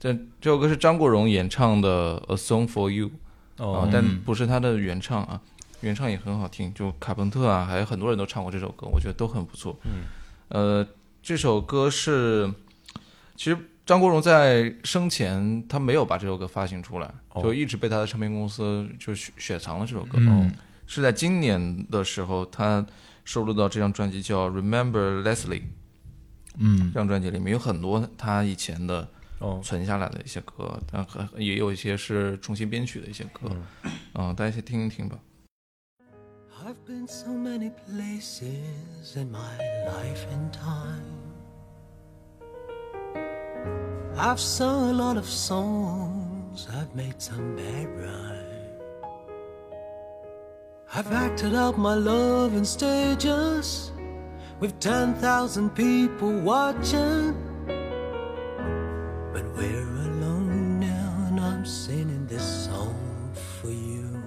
Speaker 1: 这这首歌是张国荣演唱的《A Song for You》啊
Speaker 2: 哦，，
Speaker 3: 嗯
Speaker 1: 但不是他的原唱啊，原唱也很好听，就卡朋特啊，还有很多人都唱过这首歌，我觉得都很不错。嗯，呃，这首歌是，其实张国荣在生前他没有把这首歌发行出来，
Speaker 2: 哦
Speaker 1: 就一直被他的唱片公司就雪雪藏了这首歌。
Speaker 3: 嗯
Speaker 1: 哦，是在今年的时候，他收录到这张专辑叫《Remember Leslie》
Speaker 3: 嗯
Speaker 1: 这张专辑里面有很多他以前的
Speaker 2: 哦，
Speaker 1: 存下来的一些歌，但很也有一些是重新编曲的一些歌，嗯，大家先听一听吧。
Speaker 11: I've been so many places in my life and time. I've sung a lot of songs, I've made some bad rhyme. I've acted out my love in stages with 10,000 people watching. But we're alone now, and I'm singing this song for you.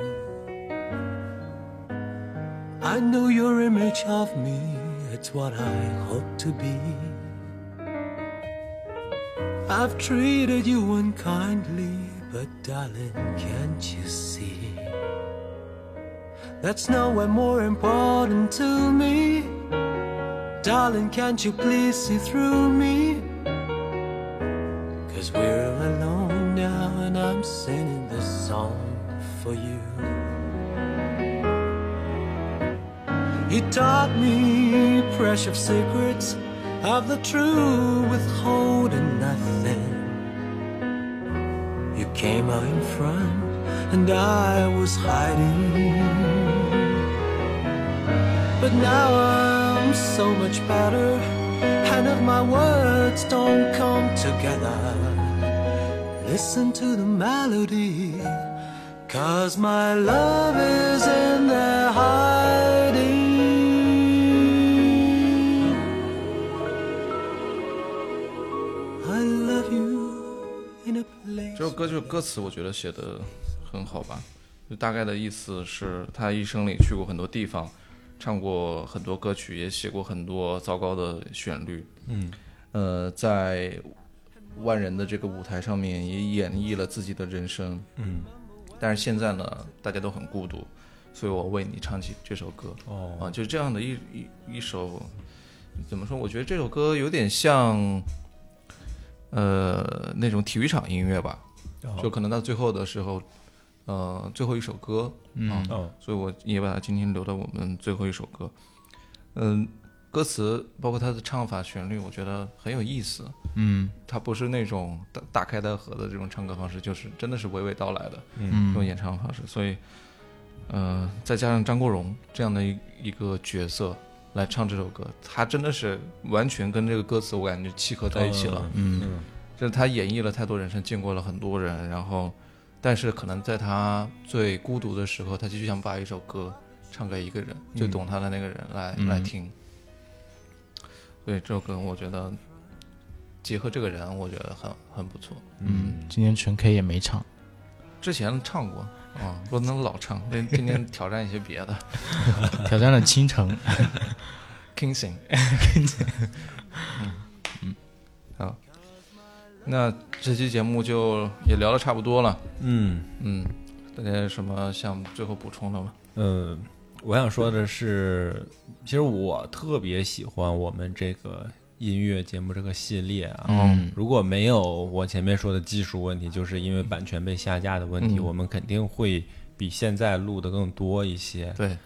Speaker 11: I know your image of me, it's what I hope to be. I've treated you unkindly, but darling, can't you see? That's nowhere more important to me. Darling, can't you please see through me? Cause we're alone now, and I'm singing this song for you. He taught me precious secrets of the true, withholding nothing. You came out in front, and I was hiding. But now I'm so much better, and if my words don't come together, listen to the melody, cause my love is in there hiding. I love you in a place.
Speaker 1: 这首歌就是歌词，我觉得写的很好吧，就大概的意思是他一生里去过很多地方，唱过很多歌曲，也写过很多糟糕的旋律，
Speaker 2: 嗯，
Speaker 1: 呃，在万人的这个舞台上面也演绎了自己的人生，
Speaker 2: 嗯，
Speaker 1: 但是现在呢，大家都很孤独，所以我为你唱起这首歌，
Speaker 2: 哦
Speaker 1: 啊，就这样的一一一首，怎么说？我觉得这首歌有点像，呃，那种体育场音乐吧，
Speaker 2: 哦
Speaker 1: 就可能到最后的时候，呃，最后一首歌，
Speaker 3: 嗯
Speaker 1: 啊
Speaker 2: 哦
Speaker 1: 所以我也把它今天留到我们最后一首歌，嗯、歌词包括它的唱法、旋律，我觉得很有意思，
Speaker 3: 嗯
Speaker 1: 它不是那种大大开大合的这种唱歌方式，就是真的是娓娓道来的这种
Speaker 3: 嗯
Speaker 1: 演唱方式。所以，呃，再加上张国荣这样的一一个角色来唱这首歌，他真的是完全跟这个歌词我感觉契合在一起了。
Speaker 3: 嗯
Speaker 1: 就是他演绎了太多人生，见过了很多人，然后，但是可能在他最孤独的时候，他就想把一首歌唱给一个人，最懂他的那个人来、
Speaker 3: 嗯
Speaker 1: 来听。对这首歌，我觉得结合这个人，我觉得很很不错。
Speaker 3: 嗯，今天陈 K 也没唱，
Speaker 1: 之前唱过啊，不能老唱，得今天挑战一些别的。
Speaker 3: 挑战了倾城。
Speaker 1: King Sing，嗯，好，那这期节目就也聊的差不多了。
Speaker 2: 嗯。
Speaker 1: 嗯，大家有什么想最后补充的吗？
Speaker 2: 嗯，我想说的是，其实我特别喜欢我们这个音乐节目这个系列啊。
Speaker 3: 嗯
Speaker 2: 如果没有我前面说的技术问题，就是因为版权被下架的问题，
Speaker 1: 嗯
Speaker 2: 我们肯定会比现在录的更多一些。
Speaker 1: 对，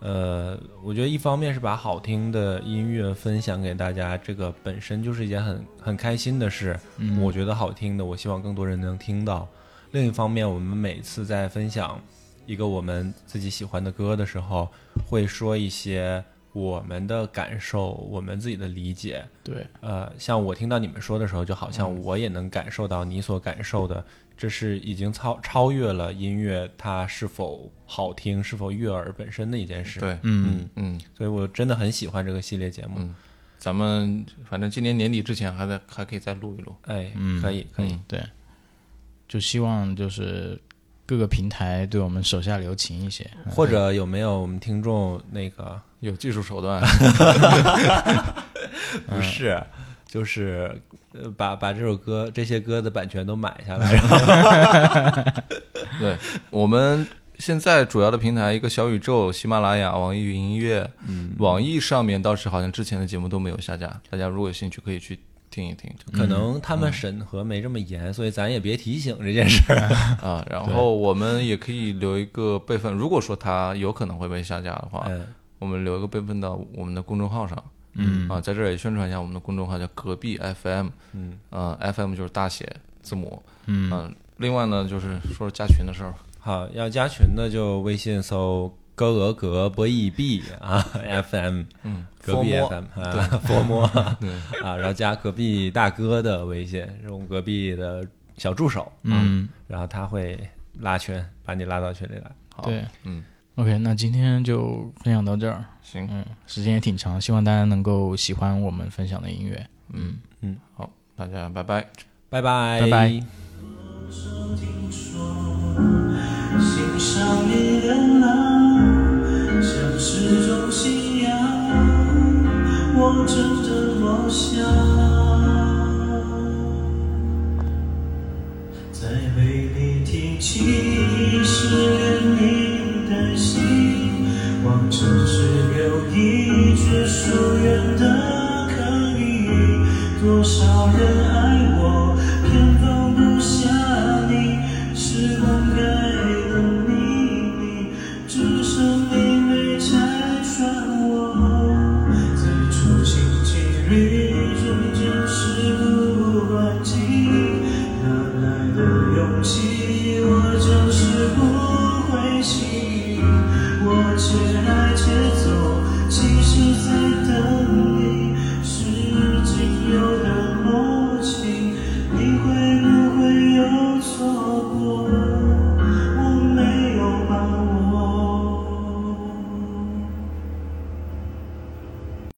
Speaker 2: 呃，我觉得一方面是把好听的音乐分享给大家，这个本身就是一件很很开心的事。
Speaker 3: 嗯
Speaker 2: 我觉得好听的，我希望更多人能听到。另一方面，我们每次在分享一个我们自己喜欢的歌的时候，会说一些我们的感受，我们自己的理解。
Speaker 3: 对，
Speaker 2: 呃，像我听到你们说的时候，就好像我也能感受到你所感受的，这是已经超超越了音乐它是否好听、是否悦耳本身的一件事。，
Speaker 1: 对，
Speaker 3: 嗯
Speaker 1: 嗯，
Speaker 2: 所以我真的很喜欢这个系列节目。
Speaker 1: 嗯咱们反正今年年底之前还得还可以再录一录。
Speaker 2: 哎，
Speaker 3: 嗯
Speaker 2: 可以，可以。
Speaker 1: 嗯
Speaker 3: 对，就希望就是各个平台对我们手下留情一些。嗯
Speaker 2: 或者有没有我们听众那个
Speaker 1: 有技术手段， 嗯
Speaker 2: 不是，就是呃把把这首歌这些歌的版权都买下来，然 后
Speaker 1: 对我们现在主要的平台，一个小宇宙、喜马拉雅、网易云音乐、
Speaker 2: 嗯
Speaker 1: 网易上面倒是好像之前的节目都没有下架，大家如果有兴趣可以去听一听。
Speaker 2: 嗯可能他们审核没这么严，所以咱也别提醒这件事儿。
Speaker 1: 啊，然后我们也可以留一个备份，如果说它有可能会被下架的话，
Speaker 2: 嗯
Speaker 1: 我们留一个备份到我们的公众号上。嗯啊，在这儿也宣传一下我们的公众号叫隔壁 FM，嗯啊、f m 就是大写字母，嗯、另外呢就是说说加群的事儿吧，
Speaker 2: 好，要加群的就微信搜“歌俄格波义 B” 啊 ，FM，嗯，隔壁
Speaker 1: 佛
Speaker 2: FM 啊， 佛魔 啊，然后加隔壁大哥的微信，是我们隔壁的小助手，啊
Speaker 3: 嗯，
Speaker 2: 然后他会拉群，把你拉到群里来。
Speaker 1: 好，
Speaker 3: 对
Speaker 1: 嗯，
Speaker 3: ，OK，那今天就分享到这儿，
Speaker 1: 行，
Speaker 3: 嗯，时间也挺长，希望大家能够喜欢我们分享的音乐。嗯，
Speaker 1: 好，大家拜拜。
Speaker 2: 拜拜，
Speaker 3: 拜拜。
Speaker 11: 心
Speaker 15: 上的人啊，像是种信仰，我真的落下。在为你听起。